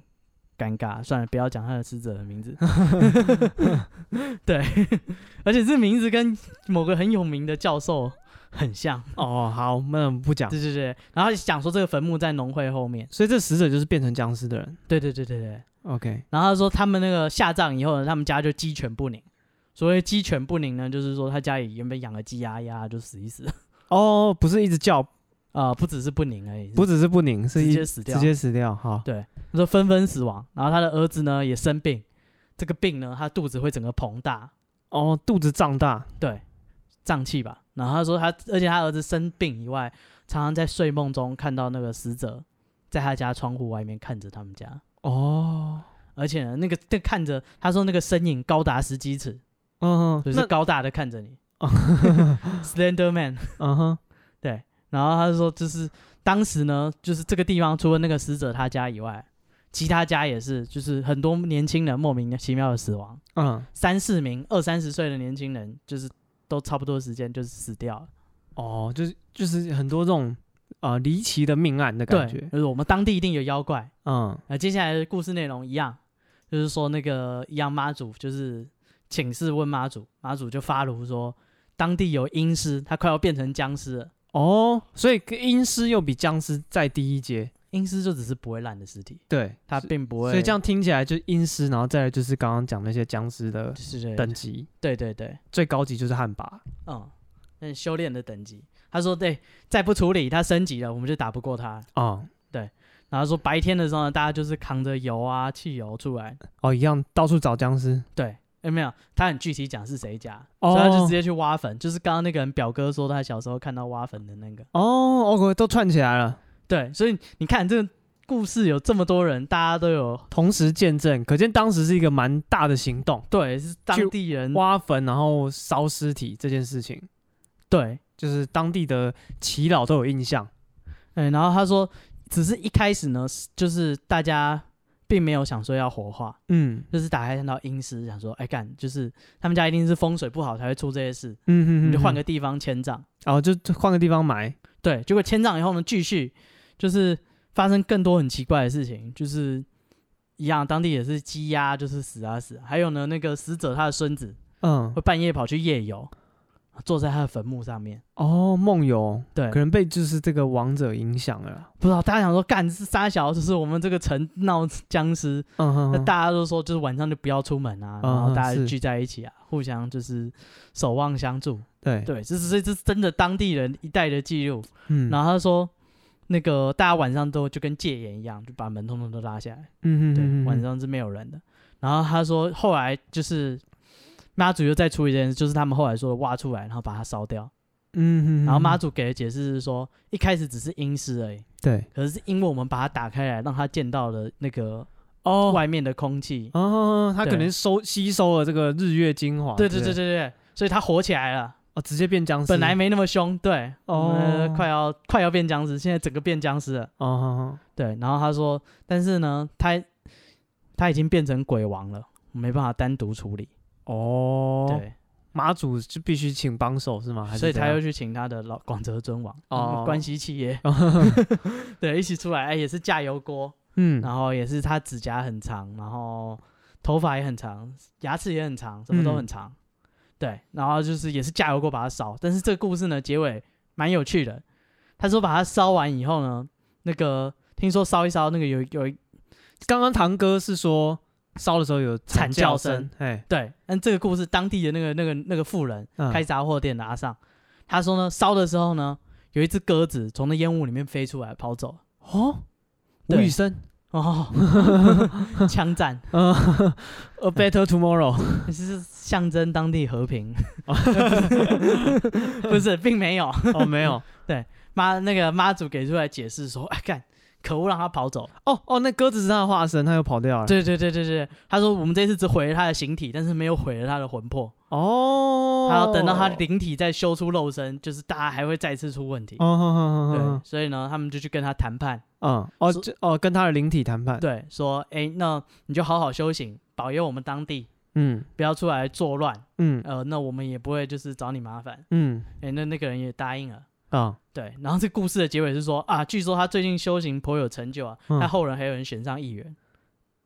[SPEAKER 2] 尴尬，算了，不要讲她的死者的
[SPEAKER 1] [laughs]
[SPEAKER 2] 名字。对，而且这名字跟某个很有名的教授很像。
[SPEAKER 1] 哦，好，那我们不讲，
[SPEAKER 2] 对对对，然后讲说这个坟墓在农会后面。
[SPEAKER 1] [laughs] 所以这死者就是变成僵尸的人
[SPEAKER 2] 对对对对对，
[SPEAKER 1] ，OK，
[SPEAKER 2] 然后他说他们那个下葬以后呢，他们家就鸡犬不宁。所谓鸡犬不宁呢，就是说他家里原本养了鸡鸭鸭就死一死，
[SPEAKER 1] 哦，不是一直叫，
[SPEAKER 2] 啊、不只是不宁而已，
[SPEAKER 1] 不只是不宁，是
[SPEAKER 2] 直
[SPEAKER 1] 一
[SPEAKER 2] 接死掉
[SPEAKER 1] 直接死掉。好，
[SPEAKER 2] 他说纷纷死亡。然后他的儿子呢也生病，这个病呢他肚子会整个膨大，
[SPEAKER 1] 哦，肚子胀大，
[SPEAKER 2] 对，胀气吧。然后他说他，而且他儿子生病以外，常常在睡梦中看到那个死者在他家窗户外面看着他们家，
[SPEAKER 1] 哦，
[SPEAKER 2] 而且呢那个这看着，他说那个身影高达十几尺，
[SPEAKER 1] 嗯哼，
[SPEAKER 2] 就是
[SPEAKER 1] 那哦
[SPEAKER 2] 高大的看着你，Slender Man。
[SPEAKER 1] 嗯哼，
[SPEAKER 2] 然后他就说，就是当时呢，就是这个地方除了那个死者他家以外，其他家也是，就是很多年轻人莫名其妙的死亡，
[SPEAKER 1] 嗯，
[SPEAKER 2] 三四名二三十岁的年轻人，就是都差不多时间就是死掉了。
[SPEAKER 1] 哦，就是就是很多这种啊离奇的命案的
[SPEAKER 2] 对，
[SPEAKER 1] 感觉，
[SPEAKER 2] 就是我们当地一定有妖怪。
[SPEAKER 1] 嗯
[SPEAKER 2] 那、接下来的故事内容一样，就是说那个一样妈祖就是请示问妈祖，妈祖就发炉说当地有阴尸，他快要变成僵尸了。
[SPEAKER 1] 哦，所以跟阴尸又比僵尸再低一阶，
[SPEAKER 2] 阴尸就只是不会烂的尸体，
[SPEAKER 1] 对，
[SPEAKER 2] 它并不会。
[SPEAKER 1] 所以这样听起来就是阴尸，然后再来就是刚刚讲那些僵尸的
[SPEAKER 2] 是对
[SPEAKER 1] 等级，
[SPEAKER 2] 对对对，
[SPEAKER 1] 最高级就是旱魃，
[SPEAKER 2] 嗯，那是修炼的等级。他说对，再不处理他升级了，我们就打不过他。
[SPEAKER 1] 啊，
[SPEAKER 2] 然后说白天的时候呢，大家就是扛着油啊、汽油出来。
[SPEAKER 1] 哦，一样到处找僵尸，
[SPEAKER 2] 对，有没有？他很具体讲是谁家，
[SPEAKER 1] 哦
[SPEAKER 2] 所以他就直接去挖坟，就是刚刚那个人表哥说他小时候看到挖坟的那个。
[SPEAKER 1] 哦哦，都串起来了。
[SPEAKER 2] 对，所以你看这个故事有这么多人，大家都有
[SPEAKER 1] 同时见证，可见当时是一个蛮大的行动，
[SPEAKER 2] 对，是当地人
[SPEAKER 1] 挖坟然后烧尸体这件事情，
[SPEAKER 2] 对，
[SPEAKER 1] 就是当地的耆老都有印象。
[SPEAKER 2] 哎，然后他说，只是一开始呢，就是大家并没有想说要火化，
[SPEAKER 1] 嗯
[SPEAKER 2] 就是打开看到阴尸，想说，哎干，就是他们家一定是风水不好才会出这些事，
[SPEAKER 1] 嗯嗯，
[SPEAKER 2] 你
[SPEAKER 1] 哦
[SPEAKER 2] 就换个，地方迁葬。
[SPEAKER 1] 然后就就换个地方埋。
[SPEAKER 2] 对，结果迁葬以后呢，继续就是发生更多很奇怪的事情，就是一样，当地也是鸡鸭就是死啊死啊还有呢，那个死者他的孙子
[SPEAKER 1] 嗯
[SPEAKER 2] 会，半夜跑去夜游，坐在他的坟墓上面。
[SPEAKER 1] 哦，梦游，
[SPEAKER 2] 对
[SPEAKER 1] 可，能被就是这个王者影响了。
[SPEAKER 2] 不知道大家想说干是杀小，就是我们这个城闹僵尸，
[SPEAKER 1] 嗯哼
[SPEAKER 2] 那
[SPEAKER 1] 哼，
[SPEAKER 2] 大家都说就是晚上就不要出门啊，然
[SPEAKER 1] 嗯
[SPEAKER 2] 后
[SPEAKER 1] 嗯
[SPEAKER 2] 大家
[SPEAKER 1] 是
[SPEAKER 2] 聚在一起啊，互相就是守望相助。
[SPEAKER 1] 对，
[SPEAKER 2] 对，这是这是真的当地人一代的记录。
[SPEAKER 1] 嗯，
[SPEAKER 2] 然后他说，那个大家晚上都就跟戒严一样，就把门通通都拉下来，
[SPEAKER 1] 嗯哼
[SPEAKER 2] 对，
[SPEAKER 1] 哼
[SPEAKER 2] 晚上是没有人的。然后他说，后来就是妈祖又再出一件事，就是他们后来说的挖出来，然后把它烧掉。
[SPEAKER 1] 嗯哼，
[SPEAKER 2] 然后妈
[SPEAKER 1] 祖
[SPEAKER 2] 祖给的解释是说，一开始只是阴尸而已，
[SPEAKER 1] 对，
[SPEAKER 2] 可是因为我们把它打开来，让它见到了那个
[SPEAKER 1] 哦
[SPEAKER 2] 外面的空气。
[SPEAKER 1] 哦，他可
[SPEAKER 2] 对
[SPEAKER 1] 能收吸收了这个日月精华之
[SPEAKER 2] 对
[SPEAKER 1] 类的，
[SPEAKER 2] 对对对对，所以它火起来了。
[SPEAKER 1] 哦，直接变僵尸，
[SPEAKER 2] 本来没那么凶，对，
[SPEAKER 1] 哦
[SPEAKER 2] 呃快要快要变僵尸，现在整个变僵尸了，
[SPEAKER 1] 哦哼哼，
[SPEAKER 2] 对。然后他说，但是呢，他他已经变成鬼王了，没办法单独处理，
[SPEAKER 1] 哦，
[SPEAKER 2] 对，
[SPEAKER 1] 妈祖就必须请帮手是吗？还是
[SPEAKER 2] 所以他
[SPEAKER 1] 怎样
[SPEAKER 2] 又去请他的老广泽尊王，
[SPEAKER 1] 哦
[SPEAKER 2] 嗯关西企业，对，一起出来，哎，也是架油锅，
[SPEAKER 1] [laughs] 嗯，
[SPEAKER 2] 然后也是他指甲很长，然后头发也很长，牙齿也很长，什么都很长。
[SPEAKER 1] 嗯
[SPEAKER 2] 对，然后就是也是架油锅把它烧，但是这个故事呢，结尾蛮有趣的。他说把它烧完以后呢，那个听说烧一烧，那个有有一
[SPEAKER 1] 刚刚堂哥是说烧的时候有
[SPEAKER 2] 惨
[SPEAKER 1] 叫
[SPEAKER 2] 叫声，
[SPEAKER 1] 哎，
[SPEAKER 2] 对，但这个故事当地的那个那个那个富人
[SPEAKER 1] 嗯
[SPEAKER 2] 开杂货店的阿尚，他说呢，烧的时候呢，有一只鸽子从那烟雾里面飞出来跑走了。
[SPEAKER 1] 哦，吴
[SPEAKER 2] 对
[SPEAKER 1] [laughs] 宇森，
[SPEAKER 2] 哦，枪战，
[SPEAKER 1] 嗯，A Better Tomorrow，
[SPEAKER 2] [laughs] 是象征当地和平， [laughs] 不是，并没有。
[SPEAKER 1] [laughs] 哦，没
[SPEAKER 2] [laughs]
[SPEAKER 1] 有，
[SPEAKER 2] 妈，那个妈祖给出来解释说，哎，干，可恶，让他跑走。
[SPEAKER 1] 哦哦，那鸽子是他的化身，他又跑掉了，
[SPEAKER 2] 对对对对对，他说我们这次只毁了他的形体，但是没有毁了他的魂魄。
[SPEAKER 1] 哦，
[SPEAKER 2] 他要等到他灵体再修出肉身，就是大家还会再次出问题。
[SPEAKER 1] 哦，哼哼哼
[SPEAKER 2] 对
[SPEAKER 1] 哼，
[SPEAKER 2] 所以呢，他们就去跟他谈判，
[SPEAKER 1] 嗯，哦，
[SPEAKER 2] 所
[SPEAKER 1] 这哦，跟他的灵体谈判，
[SPEAKER 2] 对，说，哎，那你就好好修行，保佑我们当地，
[SPEAKER 1] 嗯
[SPEAKER 2] 不要出来作乱。
[SPEAKER 1] 嗯
[SPEAKER 2] 呃，那我们也不会就是找你麻烦。
[SPEAKER 1] 嗯
[SPEAKER 2] 哎，那那个人也答应了。
[SPEAKER 1] 啊，
[SPEAKER 2] 对，然后这故事的结尾是说啊，据说他最近修行颇有成就啊，
[SPEAKER 1] 嗯
[SPEAKER 2] 他后人还有人选上议员，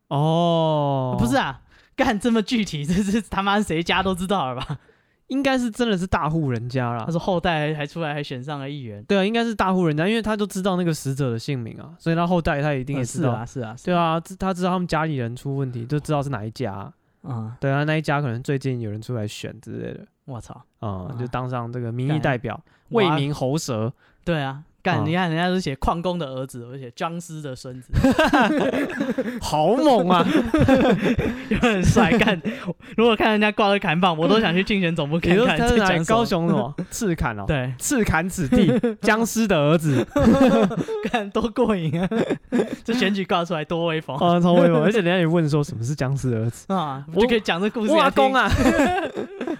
[SPEAKER 1] 哦，
[SPEAKER 2] 不是，啊，干这么具体，这是他妈谁家都知道了吧？
[SPEAKER 1] 应该是真的是大户人家啦
[SPEAKER 2] 他。说后代还还出来还选上了议员，
[SPEAKER 1] 对啊，应该是大户人家，因为他都知道那个死者的姓名啊，所以他后代他一定也
[SPEAKER 2] 嗯
[SPEAKER 1] 知
[SPEAKER 2] 是
[SPEAKER 1] 道。
[SPEAKER 2] 啊是啊，
[SPEAKER 1] 对啊，知他知道他们家里人出问题，就知道是哪一家啊、
[SPEAKER 2] 嗯，
[SPEAKER 1] 对啊，那一家可能最近有人出来选之类的
[SPEAKER 2] 我操，
[SPEAKER 1] 啊、
[SPEAKER 2] 啊
[SPEAKER 1] 就当上这个民意
[SPEAKER 2] 干
[SPEAKER 1] 代表，
[SPEAKER 2] 我
[SPEAKER 1] 为
[SPEAKER 2] 啊
[SPEAKER 1] 民喉舌。 [laughs]
[SPEAKER 2] 对啊，干
[SPEAKER 1] 嗯
[SPEAKER 2] 你看人家都写矿工的儿子，而且僵尸的孙子， [laughs]
[SPEAKER 1] 好猛啊！
[SPEAKER 2] 有很帅，干如果看人家挂个砍棒，我都想去竞选总部
[SPEAKER 1] 你
[SPEAKER 2] [laughs] 看
[SPEAKER 1] 说
[SPEAKER 2] 看，
[SPEAKER 1] 他是
[SPEAKER 2] 在
[SPEAKER 1] 哪
[SPEAKER 2] 讲
[SPEAKER 1] 里
[SPEAKER 2] 什么
[SPEAKER 1] 高，雄的吗？赤坎哦，
[SPEAKER 2] 对，
[SPEAKER 1] 赤坎子 [laughs] 弟，僵尸的儿子，
[SPEAKER 2] 干多过瘾啊， [laughs] 这选举挂出来多威风
[SPEAKER 1] 哦，超威猛！而且人家也问说什么是僵尸的儿 [laughs] 子，
[SPEAKER 2] 啊，
[SPEAKER 1] 我
[SPEAKER 2] 就可以讲这故事给
[SPEAKER 1] 我
[SPEAKER 2] 他
[SPEAKER 1] 阿
[SPEAKER 2] 听
[SPEAKER 1] 公。啊，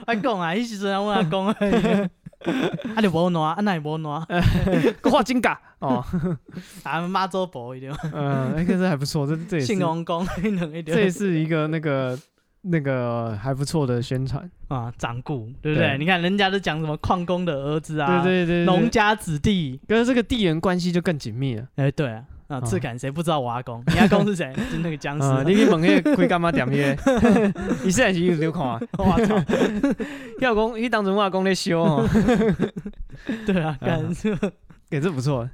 [SPEAKER 2] 阿公啊，伊时阵问阿公啊，
[SPEAKER 1] [laughs]
[SPEAKER 2] 啊你无烂，啊那也无烂，
[SPEAKER 1] 呃画金嘎哦，
[SPEAKER 2] 啊妈祖婆一点，
[SPEAKER 1] [laughs] 嗯，那个是还不错，这这也是
[SPEAKER 2] 信公公一两一
[SPEAKER 1] [laughs] 这也
[SPEAKER 2] 点
[SPEAKER 1] 是一个那个那个还不错的宣传，
[SPEAKER 2] 啊掌故，对不对？
[SPEAKER 1] 对
[SPEAKER 2] 你看人家都讲什么矿工的儿子啊，
[SPEAKER 1] 对对对，对
[SPEAKER 2] 农，家子弟，
[SPEAKER 1] 跟这个地缘关系就更紧密了。
[SPEAKER 2] 哎对啊，啊
[SPEAKER 1] 嗯
[SPEAKER 2] 赤坎谁不知道我阿公？你阿公是谁？就那个僵尸
[SPEAKER 1] 啊、
[SPEAKER 2] 啊，
[SPEAKER 1] 你去问迄个开干妈店 [laughs] 迄个，伊说是有流看啊，
[SPEAKER 2] [laughs] 我操，
[SPEAKER 1] 要讲伊当初我讲咧修哦，
[SPEAKER 2] 对
[SPEAKER 1] [laughs]
[SPEAKER 2] 啊，干
[SPEAKER 1] 嗯 [laughs] 也是不错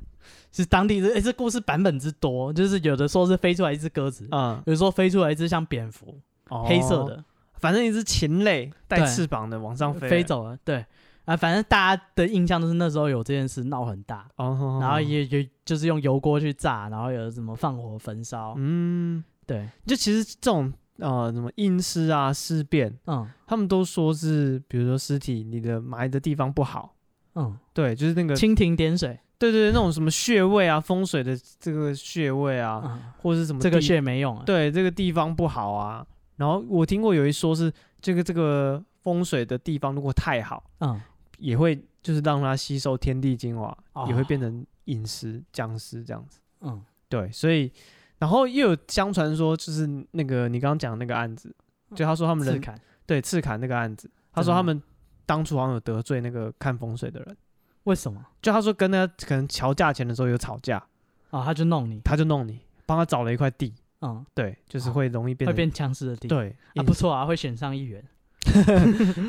[SPEAKER 2] 是当地这哎这故事版本之多，就是有的说是飞出来一只鸽子，
[SPEAKER 1] 啊、
[SPEAKER 2] 有的说飞出来一只像蝙蝠，
[SPEAKER 1] 哦
[SPEAKER 2] 黑色，的
[SPEAKER 1] 反正一只禽类带
[SPEAKER 2] 对
[SPEAKER 1] 翅膀的往上飞，
[SPEAKER 2] 飞。走了，对。啊，反正大家的印象都是那时候有这件事闹很大，
[SPEAKER 1] 哦，
[SPEAKER 2] 然后也也就是用油锅去炸，然后有什么放火焚烧，
[SPEAKER 1] 嗯，
[SPEAKER 2] 对，
[SPEAKER 1] 就其实这种呃什么阴尸啊尸变，
[SPEAKER 2] 嗯
[SPEAKER 1] 他们都说是，比如说尸体你的埋的地方不好，
[SPEAKER 2] 嗯，
[SPEAKER 1] 对，就是那个
[SPEAKER 2] 蜻蜓点水，
[SPEAKER 1] 对对对，那种什么穴位啊，风水的这个穴位啊，
[SPEAKER 2] 嗯，
[SPEAKER 1] 或是什么
[SPEAKER 2] 这个
[SPEAKER 1] 地
[SPEAKER 2] 血没用啊，
[SPEAKER 1] 对这个地方不好啊。然后我听过有一说是这个这个风水的地方如果太好，
[SPEAKER 2] 嗯，
[SPEAKER 1] 也会就是让它吸收天地精华，
[SPEAKER 2] 哦
[SPEAKER 1] 也会变成饮食僵尸这样子。
[SPEAKER 2] 嗯
[SPEAKER 1] 对，所以然后又有相传说，就是那个你刚刚讲的那个案子，就他说他
[SPEAKER 2] 嗯，
[SPEAKER 1] 们
[SPEAKER 2] 刺
[SPEAKER 1] 人
[SPEAKER 2] 砍，
[SPEAKER 1] 对赤坎那个案子，他
[SPEAKER 2] 真的
[SPEAKER 1] 说
[SPEAKER 2] 吗
[SPEAKER 1] 他们当初好像有得罪那个看风水的人，
[SPEAKER 2] 为什么？
[SPEAKER 1] 就他说跟他可能瞧价钱的时候有吵架。
[SPEAKER 2] 啊，他就弄你，
[SPEAKER 1] 他就弄你，帮他找了一块地，
[SPEAKER 2] 嗯，
[SPEAKER 1] 对，就是会容易变
[SPEAKER 2] 会
[SPEAKER 1] 得
[SPEAKER 2] 变僵尸的地，
[SPEAKER 1] 对
[SPEAKER 2] 啊，不错啊，会选上议员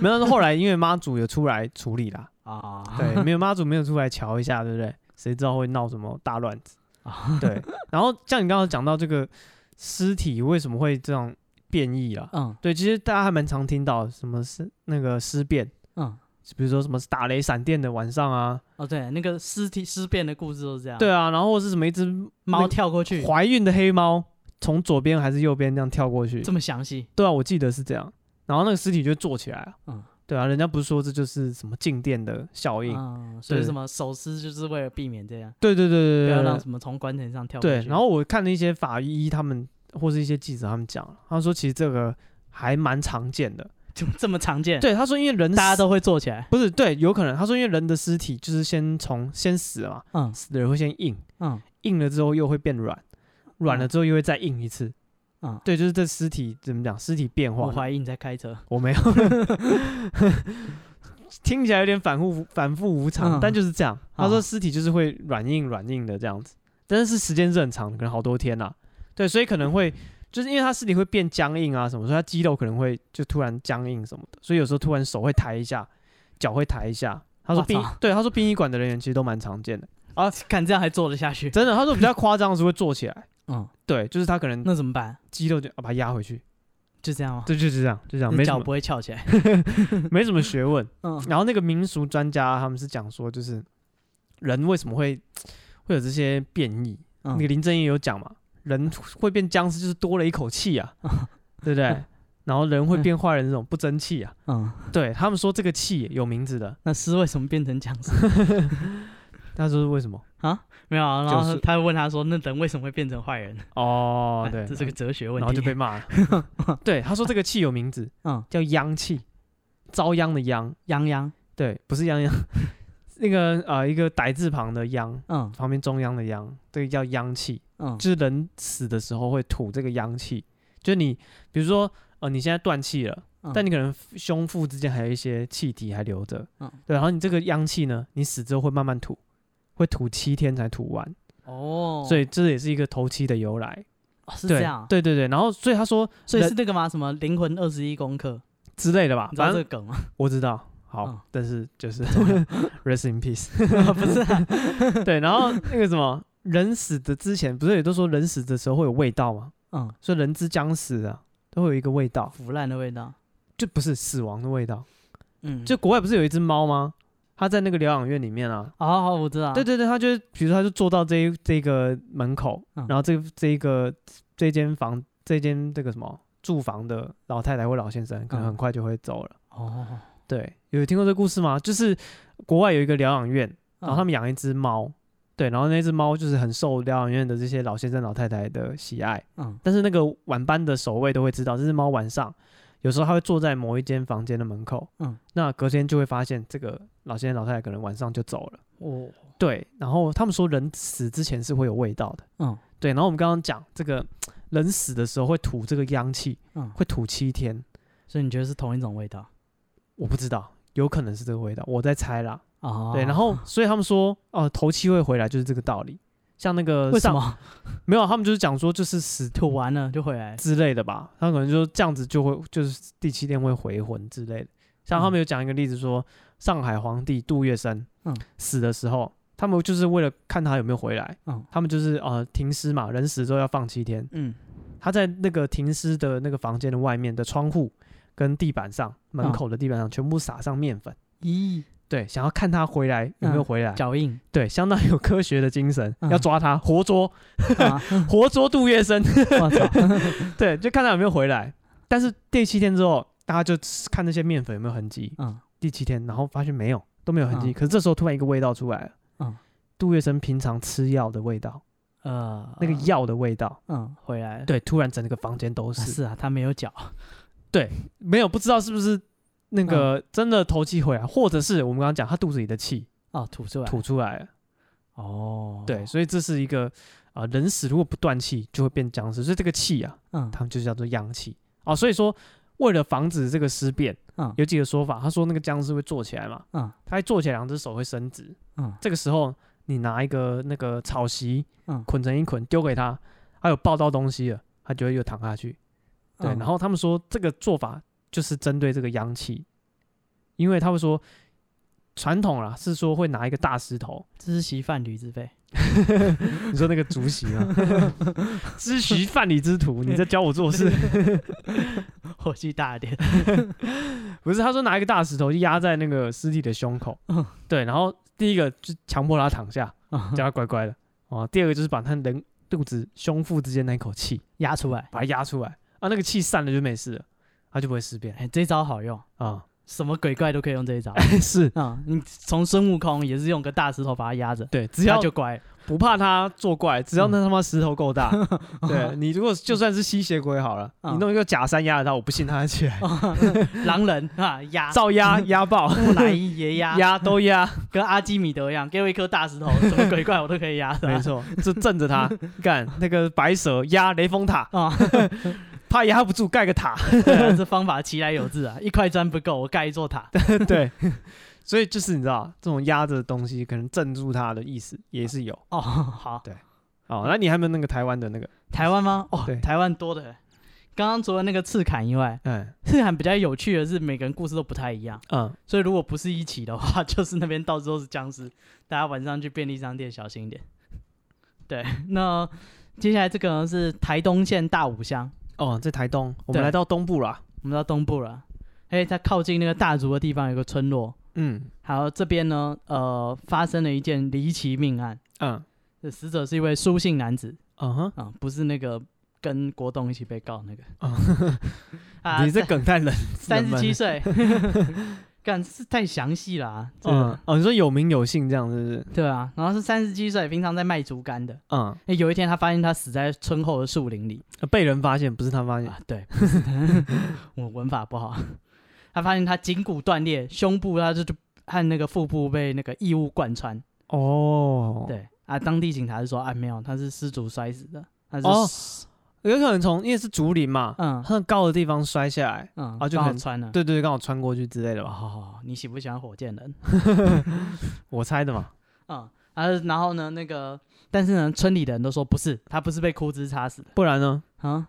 [SPEAKER 1] 没有，是后来因为妈祖有出来处理啦，
[SPEAKER 2] 啊，
[SPEAKER 1] 对，没有妈祖没有出来瞧一下，对不对？谁知道会闹什么大乱子？
[SPEAKER 2] 啊， [laughs]
[SPEAKER 1] 对，然后像你刚刚讲到这个尸体为什么会这样变异啦？
[SPEAKER 2] [laughs] 嗯
[SPEAKER 1] 对，其实大家还蛮常听到什么是那个尸变，
[SPEAKER 2] 嗯，
[SPEAKER 1] 比如说什么打雷闪电的晚上啊，
[SPEAKER 2] 哦对，那个尸体尸变的故事都是这样，
[SPEAKER 1] 对，啊，然后或是什么一只
[SPEAKER 2] 猫跳过去
[SPEAKER 1] 怀孕的黑猫从左边还是右边这样跳过去
[SPEAKER 2] 这，么详细，
[SPEAKER 1] 对啊，我记得是这样，然后那个尸体就坐起来啊，
[SPEAKER 2] 嗯
[SPEAKER 1] 对啊，人家不是说这就是什么静电的效应？
[SPEAKER 2] 嗯，所以
[SPEAKER 1] 对
[SPEAKER 2] 什么手撕就是为了避免这样，
[SPEAKER 1] 对对对
[SPEAKER 2] 不
[SPEAKER 1] 对
[SPEAKER 2] 要
[SPEAKER 1] 对
[SPEAKER 2] 让
[SPEAKER 1] 对
[SPEAKER 2] 什么从棺材上跳过
[SPEAKER 1] 对
[SPEAKER 2] 去，
[SPEAKER 1] 然后我看了一些法医他们或是一些记者他们讲，他说其实这个还蛮常见的，
[SPEAKER 2] 就这么常见，
[SPEAKER 1] 对，他说因为人
[SPEAKER 2] 大家
[SPEAKER 1] 死
[SPEAKER 2] 都会做起来，
[SPEAKER 1] 不是对，有可能他说因为人的尸体就是先从先死了嘛，
[SPEAKER 2] 嗯
[SPEAKER 1] 死的人会先硬，
[SPEAKER 2] 嗯
[SPEAKER 1] 硬了之后又会变软，软了之后又会再硬一次。
[SPEAKER 2] 嗯，
[SPEAKER 1] 对，就是这尸体怎么讲？尸体变化
[SPEAKER 2] 我，怀疑你在开车，
[SPEAKER 1] 我
[SPEAKER 2] [laughs]
[SPEAKER 1] 没有，听起来有点反复反复无常，
[SPEAKER 2] 嗯
[SPEAKER 1] 但就是这样。他说
[SPEAKER 2] 啊
[SPEAKER 1] 尸体就是会软硬软硬的这样子，但是时间是很长的，可能好多天啦、啊对，所以可能会就是因为他尸体会变僵硬啊什么，所以他肌肉可能会就突然僵硬什么的，所以有时候突然手会抬一下，脚会抬一下。他说
[SPEAKER 2] 哇
[SPEAKER 1] 殡
[SPEAKER 2] 操
[SPEAKER 1] 对他说殡仪馆的人员其实都蛮常见的，
[SPEAKER 2] 看这样还做得下去，
[SPEAKER 1] 真的。他说比较夸张的是会坐起来，
[SPEAKER 2] 嗯，
[SPEAKER 1] 对，就是他可能
[SPEAKER 2] 那怎么办？
[SPEAKER 1] 肌肉就、啊把它压回去，
[SPEAKER 2] 就这样吗？
[SPEAKER 1] 对，就是这样，就这样，
[SPEAKER 2] 你
[SPEAKER 1] 没什
[SPEAKER 2] 脚
[SPEAKER 1] 么
[SPEAKER 2] 不会翘
[SPEAKER 1] [laughs]
[SPEAKER 2] 起来，
[SPEAKER 1] 没什么学问。
[SPEAKER 2] 嗯
[SPEAKER 1] 然后那个民俗专家他们是讲说，就是人为什么会会有这些变异？那个
[SPEAKER 2] 嗯，
[SPEAKER 1] 林正英有讲嘛，人会变僵尸就是多了一口气 [laughs] 啊，对不对？然后人会变坏人这种不争气啊，
[SPEAKER 2] 嗯，
[SPEAKER 1] 对他们说这个气有名字的，
[SPEAKER 2] 那尸为什么变成僵
[SPEAKER 1] [laughs]
[SPEAKER 2] 尸？
[SPEAKER 1] 他说是为什么？
[SPEAKER 2] 没有啊，然
[SPEAKER 1] 就
[SPEAKER 2] 后
[SPEAKER 1] 是
[SPEAKER 2] 他问他说：“那人为什么会变成坏人？”，
[SPEAKER 1] 哦对，
[SPEAKER 2] 这是个哲学问
[SPEAKER 1] 然
[SPEAKER 2] 题。
[SPEAKER 1] 后就被骂了。 [laughs] 对，他说这个气有名字，
[SPEAKER 2] 嗯，
[SPEAKER 1] 叫殃气，遭殃的殃，
[SPEAKER 2] 泱泱，
[SPEAKER 1] 对，不是殃殃， [laughs] 那个呃一个歹字旁的殃，
[SPEAKER 2] 嗯
[SPEAKER 1] 旁边中央的殃，这个叫殃气。
[SPEAKER 2] 嗯，
[SPEAKER 1] 就是人死的时候会吐这个阳气，就是你比如说呃你现在断气了，
[SPEAKER 2] 嗯
[SPEAKER 1] 但你可能胸腹之间还有一些气体还留着，
[SPEAKER 2] 嗯
[SPEAKER 1] 对，然后你这个阳气呢，你死之后会慢慢吐，会吐七天才吐完，
[SPEAKER 2] 哦，
[SPEAKER 1] 所以这也是一个头七的由来，
[SPEAKER 2] 哦是
[SPEAKER 1] 对
[SPEAKER 2] 这样，，
[SPEAKER 1] 对对对，然后所以他说
[SPEAKER 2] 所以
[SPEAKER 1] 人
[SPEAKER 2] 是那个吗？什么灵魂二十一功课？
[SPEAKER 1] 之类的吧
[SPEAKER 2] 你，知道
[SPEAKER 1] 反
[SPEAKER 2] 这
[SPEAKER 1] 正
[SPEAKER 2] 个梗吗？
[SPEAKER 1] 我知道。好，
[SPEAKER 2] 嗯
[SPEAKER 1] 但是就是 [laughs] rest in peace。 [laughs]
[SPEAKER 2] 不是啊，
[SPEAKER 1] 对，然后那个什么，人死的之前不是也都说人死的时候会有味道吗？
[SPEAKER 2] 嗯，
[SPEAKER 1] 所以人之将死啊，都会有一个味道。
[SPEAKER 2] 腐烂的味道，
[SPEAKER 1] 就不是死亡的味道。
[SPEAKER 2] 嗯，
[SPEAKER 1] 就国外不是有一只猫吗？它在那个疗养院里面啊。
[SPEAKER 2] 哦，我知道，
[SPEAKER 1] 对，对对，它就是，比如说它就坐到这一这个门口，
[SPEAKER 2] 嗯
[SPEAKER 1] 然后这这一个这间房这间这个什么住房的老太太或老先生，可能
[SPEAKER 2] 嗯
[SPEAKER 1] 很快就会走了。
[SPEAKER 2] 哦，
[SPEAKER 1] 对，有听过这故事吗？就是国外有一个疗养院，然后他
[SPEAKER 2] 们
[SPEAKER 1] 们养一只猫，对，然后那只猫就是很受疗养院的这些老先生老太太的喜爱。
[SPEAKER 2] 嗯
[SPEAKER 1] 但是那个晚班的守卫都会知道，这只猫晚上有时候它会坐在某一间房间的门口，
[SPEAKER 2] 嗯，
[SPEAKER 1] 那隔天就会发现这个老先生老太太可能晚上就走了，
[SPEAKER 2] 我
[SPEAKER 1] 对，然后他们说人死之前是会有味道的，
[SPEAKER 2] 嗯
[SPEAKER 1] 对，然后我们刚刚讲这个人死的时候会吐这个殃气，
[SPEAKER 2] 嗯，
[SPEAKER 1] 会吐七天，
[SPEAKER 2] 所以你觉得是同一种味道
[SPEAKER 1] 我不知道，有可能是这个味道，我在猜啦，
[SPEAKER 2] 哦，
[SPEAKER 1] 对，然后所以他们说哦头七会回来就是这个道理，像那个
[SPEAKER 2] 为什
[SPEAKER 1] 上
[SPEAKER 2] 么
[SPEAKER 1] 没有，他们就是讲说就是死
[SPEAKER 2] 吐完了 [laughs] 就回来？
[SPEAKER 1] 之类的吧，他可能就这样子就会就是第七天会回魂之类的。像他们有讲一个例子说，上海皇帝杜月笙，
[SPEAKER 2] 嗯
[SPEAKER 1] 死的时候，他们就是为了看他有没有回来，
[SPEAKER 2] 嗯
[SPEAKER 1] 他们就是呃停尸嘛，人死之后要放七天，
[SPEAKER 2] 嗯
[SPEAKER 1] 他在那个停尸的那个房间的外面的窗户跟地板上、
[SPEAKER 2] 嗯
[SPEAKER 1] 门口的地板上全部撒上面粉，
[SPEAKER 2] 咦，
[SPEAKER 1] 对，想要看他回来有没有
[SPEAKER 2] 嗯
[SPEAKER 1] 回来，
[SPEAKER 2] 脚印
[SPEAKER 1] 对，相当有科学的精神，
[SPEAKER 2] 嗯
[SPEAKER 1] 要抓他活捉，
[SPEAKER 2] [laughs] 啊，
[SPEAKER 1] [laughs] 活捉杜月笙。 [laughs]
[SPEAKER 2] 我操， [laughs]
[SPEAKER 1] 对，就看他有没有回来。但是第七天之后，大家就看那些面粉有没有痕迹。
[SPEAKER 2] 嗯
[SPEAKER 1] 第七天，然后发现没有，都没有痕迹。
[SPEAKER 2] 嗯
[SPEAKER 1] 可是这时候突然一个味道出来了，
[SPEAKER 2] 嗯
[SPEAKER 1] 杜月笙平常吃药的味道，
[SPEAKER 2] 呃，
[SPEAKER 1] 那个药的味道。
[SPEAKER 2] 嗯回来了。
[SPEAKER 1] 对，突然整个房间都
[SPEAKER 2] 啊
[SPEAKER 1] 是，
[SPEAKER 2] 是啊，他没有脚，
[SPEAKER 1] 没有不知道是不是那
[SPEAKER 2] 嗯
[SPEAKER 1] 个真的头气回来，或者是我们刚刚讲他肚子里的气
[SPEAKER 2] 哦，吐出来，
[SPEAKER 1] 吐出来了。
[SPEAKER 2] 哦，
[SPEAKER 1] 对，，所以这是一个啊、呃人死如果不断气就会变僵尸，所以这个气啊，
[SPEAKER 2] 嗯
[SPEAKER 1] 他们就叫做阳气哦。所以说，为了防止这个尸变，
[SPEAKER 2] 嗯
[SPEAKER 1] 有几个说法。他说那个僵尸会坐起来嘛，
[SPEAKER 2] 嗯
[SPEAKER 1] 他一坐起来，两只手会伸直，
[SPEAKER 2] 嗯
[SPEAKER 1] 这个时候你拿一个那个草席
[SPEAKER 2] 嗯
[SPEAKER 1] 捆成一捆丢给他，他有抱到东西了，他就会又躺下去。对，
[SPEAKER 2] 嗯
[SPEAKER 1] 然后他们说这个做法就是针对这个阳气，因为他们说传统啦是说会拿一个大石头，
[SPEAKER 2] 知席犯吕之辈，
[SPEAKER 1] 你说那个竹席啊， [laughs] 知席犯礼之徒，你在教我做事。
[SPEAKER 2] 火气大一点。
[SPEAKER 1] 不是，他说拿一个大石头就压在那个尸体的胸口，
[SPEAKER 2] 嗯
[SPEAKER 1] 对，然后第一个就强迫他躺下，
[SPEAKER 2] [laughs] 嗯
[SPEAKER 1] 叫他乖乖的哦。第二个就是把他人肚子、胸腹之间那口气
[SPEAKER 2] [laughs] 压出来，
[SPEAKER 1] 把它压出来啊，那个气散了就没事了，他就不会尸变
[SPEAKER 2] 哎，这招好用，
[SPEAKER 1] 啊。 [laughs]
[SPEAKER 2] 什么鬼怪都可以用这一招。
[SPEAKER 1] 是
[SPEAKER 2] 啊、 [laughs] 你从孙悟空也是用个大石头把他压着，
[SPEAKER 1] 对，只
[SPEAKER 2] 只要
[SPEAKER 1] 要
[SPEAKER 2] 就嗯乖了。
[SPEAKER 1] 不怕他作怪，只要那他妈石头够
[SPEAKER 2] [laughs]
[SPEAKER 1] 大，对你如果就算是吸血鬼好了，
[SPEAKER 2] 嗯
[SPEAKER 1] 你弄一个假山压着他，我不信他得
[SPEAKER 2] [laughs]
[SPEAKER 1] 起来，
[SPEAKER 2] [laughs] 狼人啊， [laughs] 压
[SPEAKER 1] 照 [laughs] 压压爆，
[SPEAKER 2] 木乃伊也 [laughs] 压，
[SPEAKER 1] 压都压，
[SPEAKER 2] 跟阿基米德一样，给我一颗大石头，什么鬼怪我都可以压 [laughs] 的。
[SPEAKER 1] 没错，就镇着
[SPEAKER 2] [laughs]
[SPEAKER 1] 他干那个白蛇压雷峰塔。
[SPEAKER 2] 啊，
[SPEAKER 1] 怕压不住，盖个塔。 [laughs]
[SPEAKER 2] 对啊这方法其来有自啊， [laughs] 一块砖不够，我盖一座塔。
[SPEAKER 1] [laughs] 对，所以就是你知道，这种压着的东西可能镇住他的意思也是有。[laughs]
[SPEAKER 2] 哦，好，
[SPEAKER 1] 哦，那你还没有那个台湾的那个？
[SPEAKER 2] 台湾吗？哦
[SPEAKER 1] 对，
[SPEAKER 2] 台湾多的。刚刚除了那个赤坎以外，
[SPEAKER 1] 嗯
[SPEAKER 2] 赤坎比较有趣的是每个人故事都不太一样，
[SPEAKER 1] 嗯，
[SPEAKER 2] 所以如果不是一起的话， [laughs] 就是那边到处都是僵尸，大家晚上去便利商店小心一点。对，那接下来这个呢是台东县大武乡，
[SPEAKER 1] 哦，在台东，我
[SPEAKER 2] 对
[SPEAKER 1] 们来到东部啦。
[SPEAKER 2] 我们到东部了，哎，它靠近那个大竹的地方有个村落，
[SPEAKER 1] 嗯
[SPEAKER 2] 还有这边呢，呃，发生了一件离奇命案，
[SPEAKER 1] 嗯
[SPEAKER 2] 这死者是一位苏姓男子
[SPEAKER 1] 嗯哼，
[SPEAKER 2] 啊、不是那个跟国栋一起被告那个
[SPEAKER 1] 哦
[SPEAKER 2] [laughs] 啊，
[SPEAKER 1] 你这梗太冷。 [laughs]
[SPEAKER 2] 三
[SPEAKER 1] 冷
[SPEAKER 2] 十
[SPEAKER 1] 门
[SPEAKER 2] 七岁， [laughs] 干是太详细了、啊，这个
[SPEAKER 1] 嗯哦，你说有名有姓这样是不是？
[SPEAKER 2] 对啊，然后是三十七岁，平常在卖竹竿的。
[SPEAKER 1] 嗯，
[SPEAKER 2] 哎，有一天他发现他死在村后的树林里
[SPEAKER 1] 呃被人发现不是他发现。
[SPEAKER 2] 啊，对， [laughs] 不是的我文法不好，他发现他颈骨断裂，胸部他就就和那个腹部被那个异物贯穿，
[SPEAKER 1] 哦，，
[SPEAKER 2] 对啊，当地警察就说啊没有，他是失足摔死的，他是、
[SPEAKER 1] 哦有可能从因为是竹林嘛，
[SPEAKER 2] 嗯
[SPEAKER 1] 很高的地方摔下来。
[SPEAKER 2] 嗯
[SPEAKER 1] 啊就
[SPEAKER 2] 刚好
[SPEAKER 1] 很
[SPEAKER 2] 穿了，
[SPEAKER 1] 对对，对刚好穿过去之类的吧，
[SPEAKER 2] 哦，你喜不喜欢火箭人？
[SPEAKER 1] 我猜的嘛。
[SPEAKER 2] 嗯，啊然后呢那个，但是呢村里的人都说不是，他不是被枯枝插死的
[SPEAKER 1] 不然呢？
[SPEAKER 2] 啊。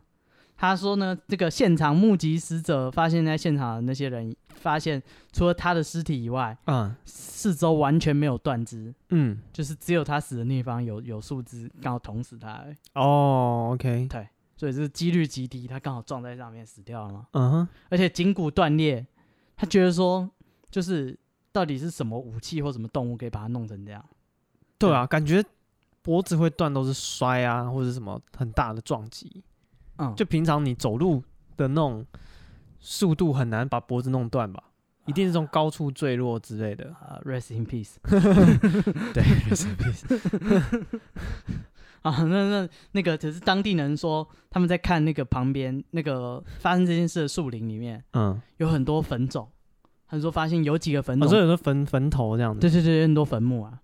[SPEAKER 2] 他说呢，这个现场目击死者发现，在现场的那些人发现，除了他的尸体以外，
[SPEAKER 1] 嗯
[SPEAKER 2] 四周完全没有断肢，
[SPEAKER 1] 嗯，
[SPEAKER 2] 就是只有他死的地方有有树枝刚好捅死他而已，
[SPEAKER 1] 哦，OK，
[SPEAKER 2] 所以这几率极低，他刚好撞在上面死掉了嘛。
[SPEAKER 1] 嗯哼，
[SPEAKER 2] 而且颈骨断裂，他觉得说，就是到底是什么武器或什么动物可以把它弄成这样？
[SPEAKER 1] 对啊，感觉脖子会断都是摔啊，或者什么很大的撞击。
[SPEAKER 2] 嗯，
[SPEAKER 1] 就平常你走路的那种速度很难把脖子弄断吧？一定是从高处坠落之类的。
[SPEAKER 2] 啊、r e s t in peace
[SPEAKER 1] 对，
[SPEAKER 2] [laughs] 啊，那那那个，只是当地人说他们在看那个旁边那个发生这件事的树林里面
[SPEAKER 1] 嗯，
[SPEAKER 2] 有很多坟冢，他说发现有几个坟
[SPEAKER 1] 我
[SPEAKER 2] 冢，
[SPEAKER 1] 说有时候坟坟头这样子。
[SPEAKER 2] 对对对，有很多坟墓啊，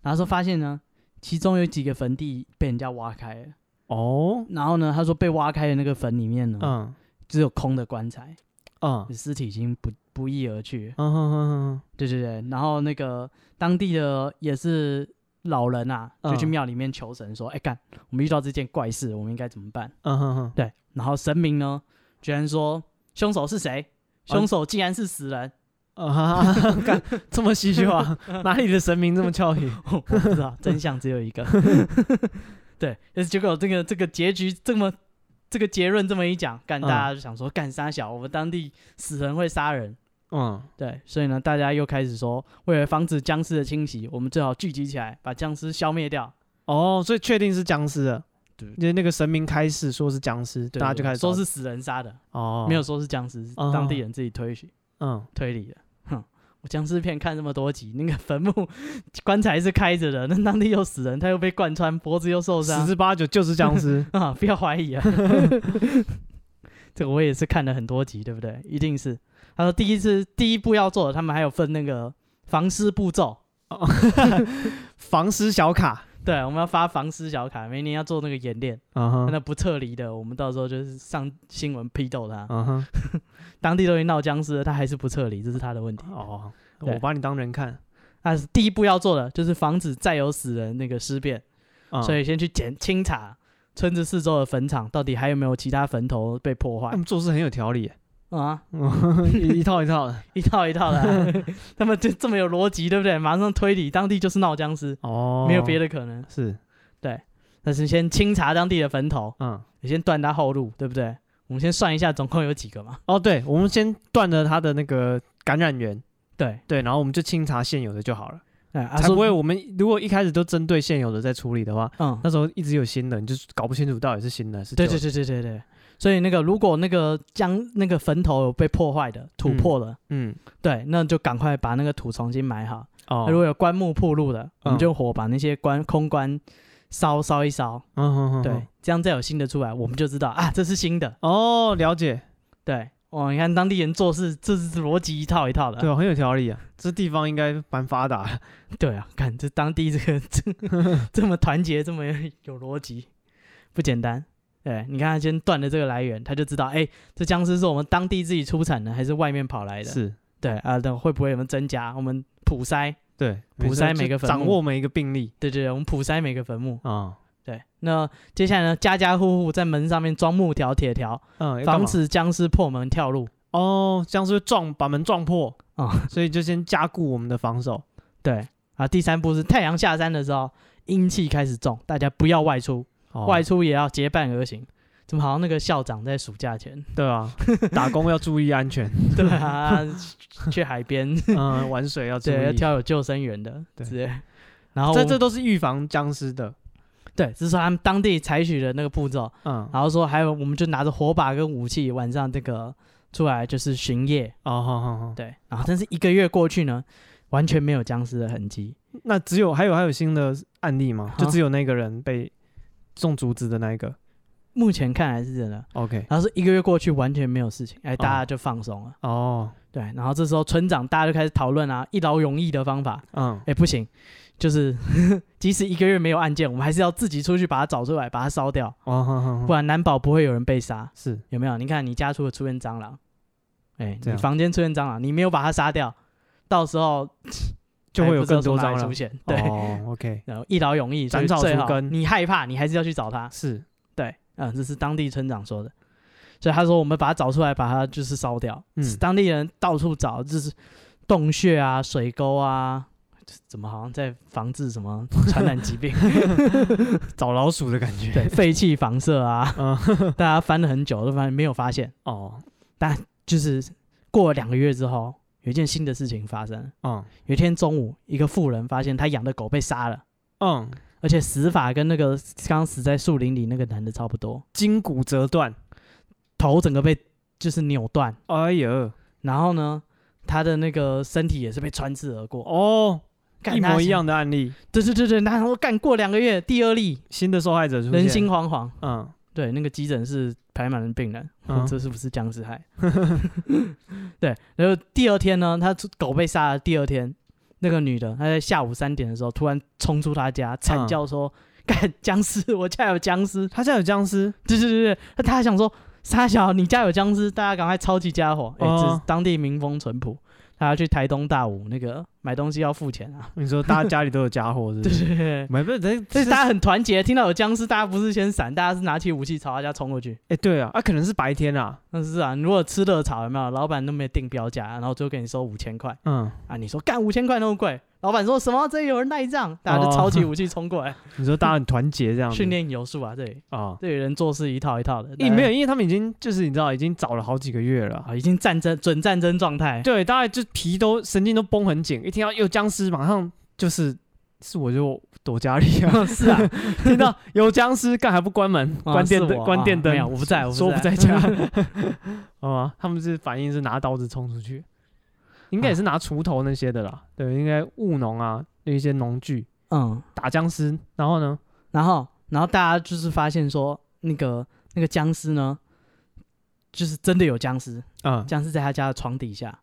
[SPEAKER 2] 然后说发现呢，其中有几个坟地被人家挖开了，
[SPEAKER 1] 哦，
[SPEAKER 2] 然后呢，他说被挖开的那个坟里面呢，
[SPEAKER 1] 嗯
[SPEAKER 2] 只有空的棺材，
[SPEAKER 1] 嗯
[SPEAKER 2] 尸体已经不不翼而去了。
[SPEAKER 1] 嗯哼哼
[SPEAKER 2] 对对对，然后那个当地的也是老人啊，就去
[SPEAKER 1] 嗯
[SPEAKER 2] 庙里面求神说：“哎、干，我们遇到这件怪事，我们应该怎么办
[SPEAKER 1] 嗯哼哼？”，
[SPEAKER 2] 对，然后神明呢，居然说凶手是
[SPEAKER 1] 哦
[SPEAKER 2] 谁？凶手竟然是死人，
[SPEAKER 1] 啊哈哈哈，干这么戏剧 [laughs] 化，哪里的神明这么俏皮？
[SPEAKER 2] 我不知道，真相只有
[SPEAKER 1] [laughs]
[SPEAKER 2] 一个。对，但是结果这个这个结局这么这个结论这么一讲，干
[SPEAKER 1] 嗯
[SPEAKER 2] 大家就想说、干杀小，我们当地死人会杀人。
[SPEAKER 1] 嗯，
[SPEAKER 2] 对，所以呢，大家又开始说，为了防止僵尸的侵袭，我们最好聚集起来，把僵尸消灭掉。
[SPEAKER 1] 哦，所以确定是僵尸了。
[SPEAKER 2] 对
[SPEAKER 1] 就是那个神明开始说是僵尸，
[SPEAKER 2] 对
[SPEAKER 1] 大家就开始
[SPEAKER 2] 说
[SPEAKER 1] 找
[SPEAKER 2] 是死人杀的，
[SPEAKER 1] 哦，
[SPEAKER 2] 没有说是僵尸，是
[SPEAKER 1] 哦
[SPEAKER 2] 当地人自己推许
[SPEAKER 1] 嗯
[SPEAKER 2] 推理的。哼，我僵尸片看这么多集，那个坟墓 [laughs] 棺材是开着的，那当地又死人，他又被贯穿，脖子又受
[SPEAKER 1] 十
[SPEAKER 2] 伤
[SPEAKER 1] 之八九就是僵尸。
[SPEAKER 2] 啊，不要怀疑啊。 [laughs] 这个我也是看了很多集，对不对？一定是。他说第一次第一步要做的，他们还有分那个防尸步骤，
[SPEAKER 1] 防尸小卡，
[SPEAKER 2] 对，我们要发防尸小卡，每年要做那个演练，
[SPEAKER 1] 嗯哼，
[SPEAKER 2] 那不撤离的，我们到时候就是上新闻批斗他。
[SPEAKER 1] 嗯哼，
[SPEAKER 2] 当地都已经闹僵尸了，他还是不撤离，这是他的问题。
[SPEAKER 1] 哦，
[SPEAKER 2] 对
[SPEAKER 1] 我把你当人看，
[SPEAKER 2] 那是第一步要做的就是防止再有死人那个尸变，
[SPEAKER 1] 嗯
[SPEAKER 2] 所以先去检清查村子四周的坟场，到底还有没有其他坟头被破坏
[SPEAKER 1] 他哎们做事很有条
[SPEAKER 2] [laughs]
[SPEAKER 1] 理耶，
[SPEAKER 2] 嗯啊？
[SPEAKER 1] 一一套一套的。
[SPEAKER 2] 一套一套的啊、
[SPEAKER 1] [laughs]
[SPEAKER 2] 他们就这么有逻辑，对不对？马上推理当地就是闹僵尸，
[SPEAKER 1] 哦，
[SPEAKER 2] 没有别
[SPEAKER 1] 的，
[SPEAKER 2] 的可能。
[SPEAKER 1] 是，
[SPEAKER 2] 但是先清查当地的坟头，
[SPEAKER 1] 嗯，
[SPEAKER 2] 也先断他后路，对不对？我们先算一下总共有几个嘛？
[SPEAKER 1] 哦，对，我们先断了他的那个感染源，
[SPEAKER 2] 对，
[SPEAKER 1] 对，然后我们就清查现有的就好了，
[SPEAKER 2] 哎，啊
[SPEAKER 1] 才不，会
[SPEAKER 2] 说
[SPEAKER 1] 我们如果一开始都针对现有的在处理的话，
[SPEAKER 2] 嗯，
[SPEAKER 1] 那时候一直有新的，你就搞不清楚到底是新的还是
[SPEAKER 2] 对
[SPEAKER 1] 旧
[SPEAKER 2] 对
[SPEAKER 1] 的，
[SPEAKER 2] 对对对对。所以那个如果那个将那个坟头有被破坏的、土破了，
[SPEAKER 1] 嗯，
[SPEAKER 2] 对，那就赶快把那个土重新埋好。
[SPEAKER 1] 哦，嗯
[SPEAKER 2] 如果有棺木铺路的，我们就用火把那些棺空棺烧烧一烧，
[SPEAKER 1] 嗯哼哼，
[SPEAKER 2] 对
[SPEAKER 1] 哼，
[SPEAKER 2] 这样再有新的出来，我们就知道啊，这是新的。
[SPEAKER 1] 哦，了解，
[SPEAKER 2] 对，哦，你看当地人做事，这是逻辑一套一套
[SPEAKER 1] 嗯
[SPEAKER 2] 的。
[SPEAKER 1] 对啊，很有条理啊，这地方应该蛮发达的，
[SPEAKER 2] 对啊，看这当地这个这这么团结，这么有逻辑，不简单。对，你看他先断了这个来源，他就知道，哎，这僵尸是我们当地自己出产的，还是外面跑来的？
[SPEAKER 1] 是，
[SPEAKER 2] 对啊，等会不会有没有增加？我们普筛，
[SPEAKER 1] 对，没
[SPEAKER 2] 普
[SPEAKER 1] 错
[SPEAKER 2] 筛
[SPEAKER 1] 就
[SPEAKER 2] 每个坟
[SPEAKER 1] 掌
[SPEAKER 2] 墓
[SPEAKER 1] 握每一个病例
[SPEAKER 2] 对对对，我们普筛每个坟墓。
[SPEAKER 1] 啊，
[SPEAKER 2] 对，那接下来呢，家家户户在门上面装木条、铁条，
[SPEAKER 1] 嗯，要干
[SPEAKER 2] 防
[SPEAKER 1] 嘛
[SPEAKER 2] 止僵尸破门跳入。
[SPEAKER 1] 哦，这样是会撞把门撞破 [laughs]
[SPEAKER 2] 哦
[SPEAKER 1] 所以就先加固我们的防守。
[SPEAKER 2] 对啊，第三步是太阳下山的时候，阴气开始重，大家不要外出，外
[SPEAKER 1] 哦
[SPEAKER 2] 出也要结伴而行。怎么好像那个校长在暑
[SPEAKER 1] [laughs]
[SPEAKER 2] 假前，
[SPEAKER 1] 对
[SPEAKER 2] [laughs]
[SPEAKER 1] 啊，打工要注意安全，
[SPEAKER 2] 对 [laughs] 啊，去去海
[SPEAKER 1] [laughs]
[SPEAKER 2] 边，
[SPEAKER 1] 嗯，玩水要注
[SPEAKER 2] 对，要
[SPEAKER 1] 意。
[SPEAKER 2] 挑有救生员的，
[SPEAKER 1] 对
[SPEAKER 2] 之类。然后
[SPEAKER 1] 这
[SPEAKER 2] 我
[SPEAKER 1] 这都是预防僵尸的，
[SPEAKER 2] 对，这是他们当地采取的那个步骤。
[SPEAKER 1] 嗯，
[SPEAKER 2] 然后说还有，我们就拿着火把跟武器，晚上这个出来就是巡夜，
[SPEAKER 1] 哦，好好好，
[SPEAKER 2] 对。然后但是一个月过去呢，完全没有僵尸的痕迹。
[SPEAKER 1] 那只有还有还有新的案例吗？就
[SPEAKER 2] 啊
[SPEAKER 1] 只有那个人被种竹子的那一个
[SPEAKER 2] 目前看来是真的。
[SPEAKER 1] ，OK，
[SPEAKER 2] 然后是一个月过去完全没有事情，哎，大家就放松了。
[SPEAKER 1] 哦，
[SPEAKER 2] 对，然后这时候村长大家就开始讨论啊，一劳永逸的方法。
[SPEAKER 1] 嗯，
[SPEAKER 2] 哎，不行，就是 [laughs] 即使一个月没有案件，我们还是要自己出去把它找出来，把它烧掉，
[SPEAKER 1] 哦，好好
[SPEAKER 2] 不
[SPEAKER 1] 好，
[SPEAKER 2] 然难保不会有人被杀。
[SPEAKER 1] 是，
[SPEAKER 2] 有没有？你看你家除了出现蟑螂，哎，
[SPEAKER 1] 这
[SPEAKER 2] 你
[SPEAKER 1] 样
[SPEAKER 2] 房间出现蟑螂，你没有把它杀掉，到时候
[SPEAKER 1] 就会有
[SPEAKER 2] 还不知道
[SPEAKER 1] 更多
[SPEAKER 2] 从哪
[SPEAKER 1] 蟑
[SPEAKER 2] 里
[SPEAKER 1] 螂
[SPEAKER 2] 出，现。对，
[SPEAKER 1] 哦，OK，
[SPEAKER 2] 然后一劳永逸，所以
[SPEAKER 1] 斩草
[SPEAKER 2] 最
[SPEAKER 1] 除
[SPEAKER 2] 好
[SPEAKER 1] 根
[SPEAKER 2] 你害怕，你 [laughs] 还是要去找它。
[SPEAKER 1] 是，
[SPEAKER 2] 对，嗯，这是当地村长说的。所以他说，我们把它找出来，把它就是烧掉。
[SPEAKER 1] 嗯
[SPEAKER 2] 当地人到处找，就是洞穴啊、水沟啊，怎么好像在防治什么传染疾病？
[SPEAKER 1] 找老鼠的感觉，
[SPEAKER 2] 对，，废气防射啊，
[SPEAKER 1] 嗯，
[SPEAKER 2] [laughs] 大家翻了很久都发现没有发现。
[SPEAKER 1] 哦，
[SPEAKER 2] 就是过了两个月之后，有一件新的事情发生了。
[SPEAKER 1] 嗯
[SPEAKER 2] 有一天中午，一个妇人发现她养的狗被杀了，
[SPEAKER 1] 嗯，
[SPEAKER 2] 而且死法跟那个刚死在树林里那个男的差不多，
[SPEAKER 1] 筋骨折断，
[SPEAKER 2] 头整个被就是扭断。
[SPEAKER 1] 哎呦，
[SPEAKER 2] 然后呢，他的那个身体也是被穿刺而过，
[SPEAKER 1] 哦，
[SPEAKER 2] 干
[SPEAKER 1] 一模一。样
[SPEAKER 2] 那
[SPEAKER 1] 的案例，
[SPEAKER 2] 对对对对，然后干过两个月，第二例
[SPEAKER 1] 新的受害者出现，
[SPEAKER 2] 人心惶惶。
[SPEAKER 1] 嗯，
[SPEAKER 2] 对，那个急诊室排满了病人，哦
[SPEAKER 1] 嗯
[SPEAKER 2] 这是不是僵尸害？ [laughs] 对，然后第二天呢，他狗被杀了。第二天，那个女的她在下午三点的时候突然冲出她家，惨
[SPEAKER 1] 嗯
[SPEAKER 2] 叫说：“干僵尸，我家有僵尸！”
[SPEAKER 1] 他家有僵尸，
[SPEAKER 2] [laughs] 对对对对，那他还想说，沙小，你家有僵尸，大家赶快抄起家伙。哎、这
[SPEAKER 1] 哦
[SPEAKER 2] 是当地民风淳朴，他要去台东大武那个买东西要付钱
[SPEAKER 1] [laughs]
[SPEAKER 2] 啊。
[SPEAKER 1] 你说大家家里都有家伙是不
[SPEAKER 2] 对
[SPEAKER 1] 是？
[SPEAKER 2] 对对，
[SPEAKER 1] 没不是，这
[SPEAKER 2] 所以
[SPEAKER 1] 这
[SPEAKER 2] 大家很团结，听到有僵尸，大家不是先闪，大家是拿起武器朝他家冲过去。
[SPEAKER 1] 哎，对啊，啊，可能是白天啊，
[SPEAKER 2] 但是啊，你如果吃热炒有没有？老板都没有定标价，然后最后给你收五千块
[SPEAKER 1] 嗯，
[SPEAKER 2] 啊，你说干五千块那么贵？老板说什么？这里有人赖账，大家就
[SPEAKER 1] 哦
[SPEAKER 2] 抄起武器冲过来。
[SPEAKER 1] 你说大家很团结这样子，
[SPEAKER 2] 训练有素啊，这里
[SPEAKER 1] 啊，
[SPEAKER 2] 这里人做事一套一套的。
[SPEAKER 1] 因为没有，因为他们已经就是你知道已经找了好几个月了啊，
[SPEAKER 2] 啊，已经战争准战争状态。
[SPEAKER 1] 对，大概就皮都神经都绷很紧，一听到有僵尸，马上就是是我 [laughs] 就躲家里啊，
[SPEAKER 2] 是啊，
[SPEAKER 1] 听到有僵尸，干还不关门，
[SPEAKER 2] 啊
[SPEAKER 1] 关电
[SPEAKER 2] 是
[SPEAKER 1] 灯，
[SPEAKER 2] 我
[SPEAKER 1] 关
[SPEAKER 2] 啊
[SPEAKER 1] 电灯，
[SPEAKER 2] 没有我不在我不
[SPEAKER 1] 说在 [laughs]
[SPEAKER 2] 在
[SPEAKER 1] 家，好吗？他们是反应是拿刀子冲出去，应该也是拿锄头那些的啦，对，应该务农啊，那一些农具
[SPEAKER 2] [laughs] 嗯，
[SPEAKER 1] 打僵尸，然后呢，
[SPEAKER 2] 然后然后大家就是发现说，那个那个僵尸呢，就是真的有僵尸，
[SPEAKER 1] 啊
[SPEAKER 2] 僵尸在他家的床底下。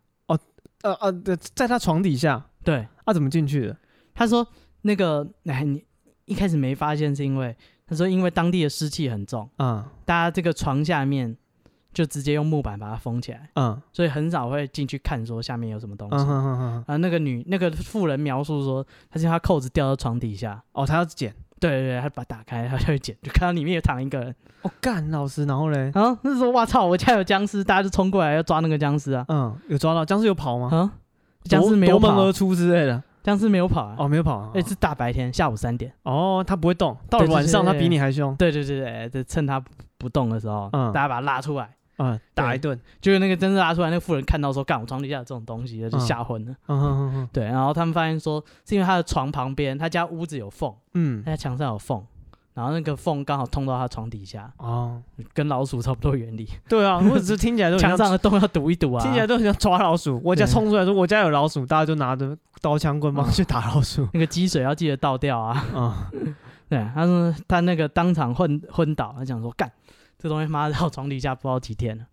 [SPEAKER 1] 呃呃，对在他床底下，
[SPEAKER 2] 对，
[SPEAKER 1] 他怎么进去的？
[SPEAKER 2] 他说那个哎，你一开始没发现是因为他说因为当地的湿气很重，
[SPEAKER 1] 啊，
[SPEAKER 2] 大家这个床下面就直接用木板把它封起来，
[SPEAKER 1] 嗯
[SPEAKER 2] 所以很少会进去看说下面有什么东
[SPEAKER 1] 嗯
[SPEAKER 2] 西。
[SPEAKER 1] 哼哼哼，哼
[SPEAKER 2] 啊，那个女那个妇人描述说，她是她扣子掉到床底下，
[SPEAKER 1] 哦，他要捡，
[SPEAKER 2] 对对对，她把它打开，她就会捡，就看到里面有躺一个人。
[SPEAKER 1] 哦干老师，然后嘞，
[SPEAKER 2] 然后啊那时候哇操，我家有僵尸，大家就冲过来要抓那个僵尸啊！
[SPEAKER 1] 嗯，有抓到僵尸有跑吗？
[SPEAKER 2] 啊，僵尸
[SPEAKER 1] 夺
[SPEAKER 2] 没有
[SPEAKER 1] 夺门
[SPEAKER 2] 跑啊
[SPEAKER 1] 而，出之类的，
[SPEAKER 2] 僵尸没有跑啊！
[SPEAKER 1] 哦，没有跑啊，
[SPEAKER 2] 哎，是大白天，下午三点。
[SPEAKER 1] 哦，他不会动，到了
[SPEAKER 2] 对对
[SPEAKER 1] 晚上
[SPEAKER 2] 对
[SPEAKER 1] 他
[SPEAKER 2] 对
[SPEAKER 1] 比你还凶，
[SPEAKER 2] 对对对对，对趁他不动的时候，
[SPEAKER 1] 嗯
[SPEAKER 2] 大家把他拉出来。
[SPEAKER 1] 嗯，打
[SPEAKER 2] 对
[SPEAKER 1] 一顿，
[SPEAKER 2] 结果那个真正拉出来，那个妇人看到说，干我床底下有这种东西，就
[SPEAKER 1] 嗯
[SPEAKER 2] 吓昏了。
[SPEAKER 1] 嗯哼哼哼，
[SPEAKER 2] 对，然后他们发现说，是因为他的床旁边，他家屋子有缝，
[SPEAKER 1] 嗯
[SPEAKER 2] 他，家墙上有缝，然后那个缝刚好通到他床底下，
[SPEAKER 1] 哦，
[SPEAKER 2] 跟老鼠差不多原理。
[SPEAKER 1] 对啊，我只是听起来都很
[SPEAKER 2] 墙
[SPEAKER 1] 像
[SPEAKER 2] 上的洞要堵一堵啊。
[SPEAKER 1] 听起来都很像抓老鼠。我家
[SPEAKER 2] 对
[SPEAKER 1] 冲出来说我家有老鼠，大家就拿着刀枪棍棒
[SPEAKER 2] 嗯
[SPEAKER 1] 去打老 [laughs] 鼠。
[SPEAKER 2] 那个积水要记得倒掉啊。
[SPEAKER 1] 啊，
[SPEAKER 2] 对，他说他那个当场昏昏倒，他想说干这东西妈到床底下不知道几天了。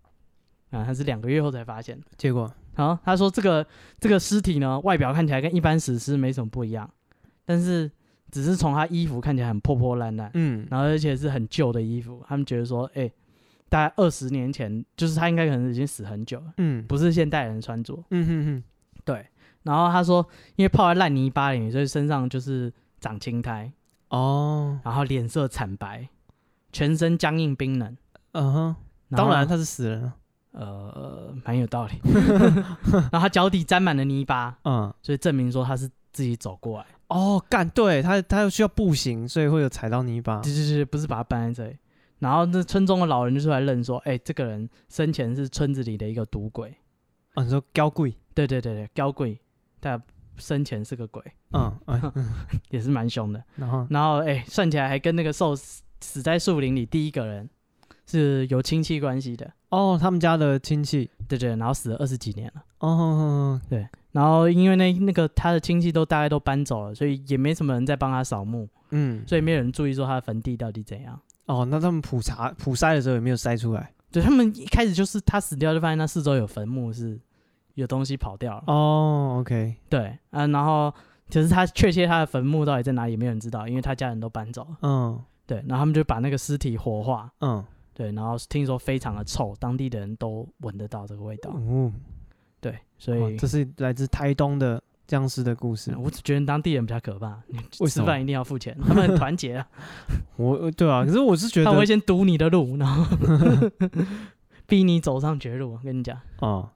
[SPEAKER 2] 啊，他是两个月后才发现。
[SPEAKER 1] 结果
[SPEAKER 2] 然后他说这个这个尸体呢，外表看起来跟一般死尸没什么不一样，但是只是从他衣服看起来很破破烂烂，
[SPEAKER 1] 嗯
[SPEAKER 2] 然后而且是很旧的衣服，他们觉得说，哎、大概二十年前，就是他应该可能已经死很久了，
[SPEAKER 1] 嗯
[SPEAKER 2] 不是现代人穿着。
[SPEAKER 1] 嗯哼哼，
[SPEAKER 2] 对，然后他说，因为泡在烂泥巴里，所以身上就是长青苔，
[SPEAKER 1] 哦，
[SPEAKER 2] 然后脸色惨白，全身僵硬冰冷。
[SPEAKER 1] 嗯哼，
[SPEAKER 2] 后
[SPEAKER 1] 当然他是死人了，
[SPEAKER 2] 呃，蛮有道理。 [laughs] 然后他脚底沾满了泥巴，
[SPEAKER 1] 嗯，
[SPEAKER 2] 所以证明说他是自己走过来，
[SPEAKER 1] 哦，干，对他他需要步行，所以会有踩到泥巴
[SPEAKER 2] 对，对对，不是把他搬在这里。然后那村中的老人就出来认说，哎、这个人生前是村子里的一个赌鬼，
[SPEAKER 1] 啊，你说高贵，
[SPEAKER 2] 对对对对，妖鬼，他生前是个鬼，
[SPEAKER 1] 嗯嗯，
[SPEAKER 2] 也是蛮凶的。
[SPEAKER 1] 然后
[SPEAKER 2] 然后哎、算起来还跟那个受死死在树林里第一个人是有亲戚关系的，
[SPEAKER 1] 哦，他们家的亲戚，
[SPEAKER 2] 对对，然后死了二十几年了。
[SPEAKER 1] 哦哼哼
[SPEAKER 2] 然后因为那那个他的亲戚都大概都搬走了，所以也没什么人在帮他扫墓，
[SPEAKER 1] 哼嗯，
[SPEAKER 2] 所以没有人注意说他的坟地到底怎样。
[SPEAKER 1] 哦，那他们普查普筛的时候有没有筛出来？
[SPEAKER 2] 对他们一开始就是他死掉就发现他四周有坟墓是有东西跑掉了，
[SPEAKER 1] 哦，OK，
[SPEAKER 2] 对啊，然后其实他确切他的坟墓到底在哪里，没有人知道，因为他家人都搬走了。
[SPEAKER 1] 嗯
[SPEAKER 2] 对，然后他们就把那个尸体火化，
[SPEAKER 1] 嗯，
[SPEAKER 2] 对，然后听说非常的臭，当地的人都闻得到这个味道，
[SPEAKER 1] 哦，
[SPEAKER 2] 对，所
[SPEAKER 1] 哦
[SPEAKER 2] 以
[SPEAKER 1] 这是来自台东的僵尸的故事
[SPEAKER 2] 嗯。我只觉得当地人比较可怕，你
[SPEAKER 1] 为什
[SPEAKER 2] 吃
[SPEAKER 1] 么
[SPEAKER 2] 饭一定要付钱，他们很团结啊，
[SPEAKER 1] 我呃对啊，可是我是觉
[SPEAKER 2] 他
[SPEAKER 1] 得
[SPEAKER 2] 们会先堵你的路，然
[SPEAKER 1] [laughs]
[SPEAKER 2] 后逼你走上绝路。我跟你讲，
[SPEAKER 1] 哦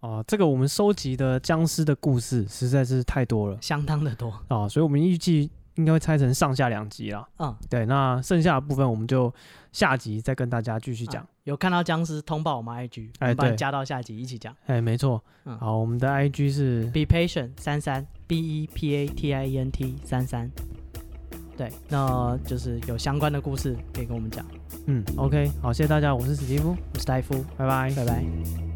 [SPEAKER 1] 哦，这个我们收集的僵尸的故事实在是太多了
[SPEAKER 2] 相当的多，
[SPEAKER 1] 啊、所以我们预计应该会拆成上下两集啦。
[SPEAKER 2] 嗯，
[SPEAKER 1] 对，那剩下的部分我们就下集再跟大家继续讲
[SPEAKER 2] 啊。有看到僵尸通报我们 IG，我
[SPEAKER 1] 哎
[SPEAKER 2] 们把你
[SPEAKER 1] 对
[SPEAKER 2] 加到下集一起讲。
[SPEAKER 1] 哎、没错，
[SPEAKER 2] 嗯
[SPEAKER 1] 好，我们的 IG 是
[SPEAKER 2] Be patient 三三 B E P A T I E N T 三三，对，那就是有相关的故事可以跟我们讲。
[SPEAKER 1] 嗯 OK，好，谢谢大家，我是史蒂夫，
[SPEAKER 2] 我是戴夫，
[SPEAKER 1] 拜拜。
[SPEAKER 2] 拜拜。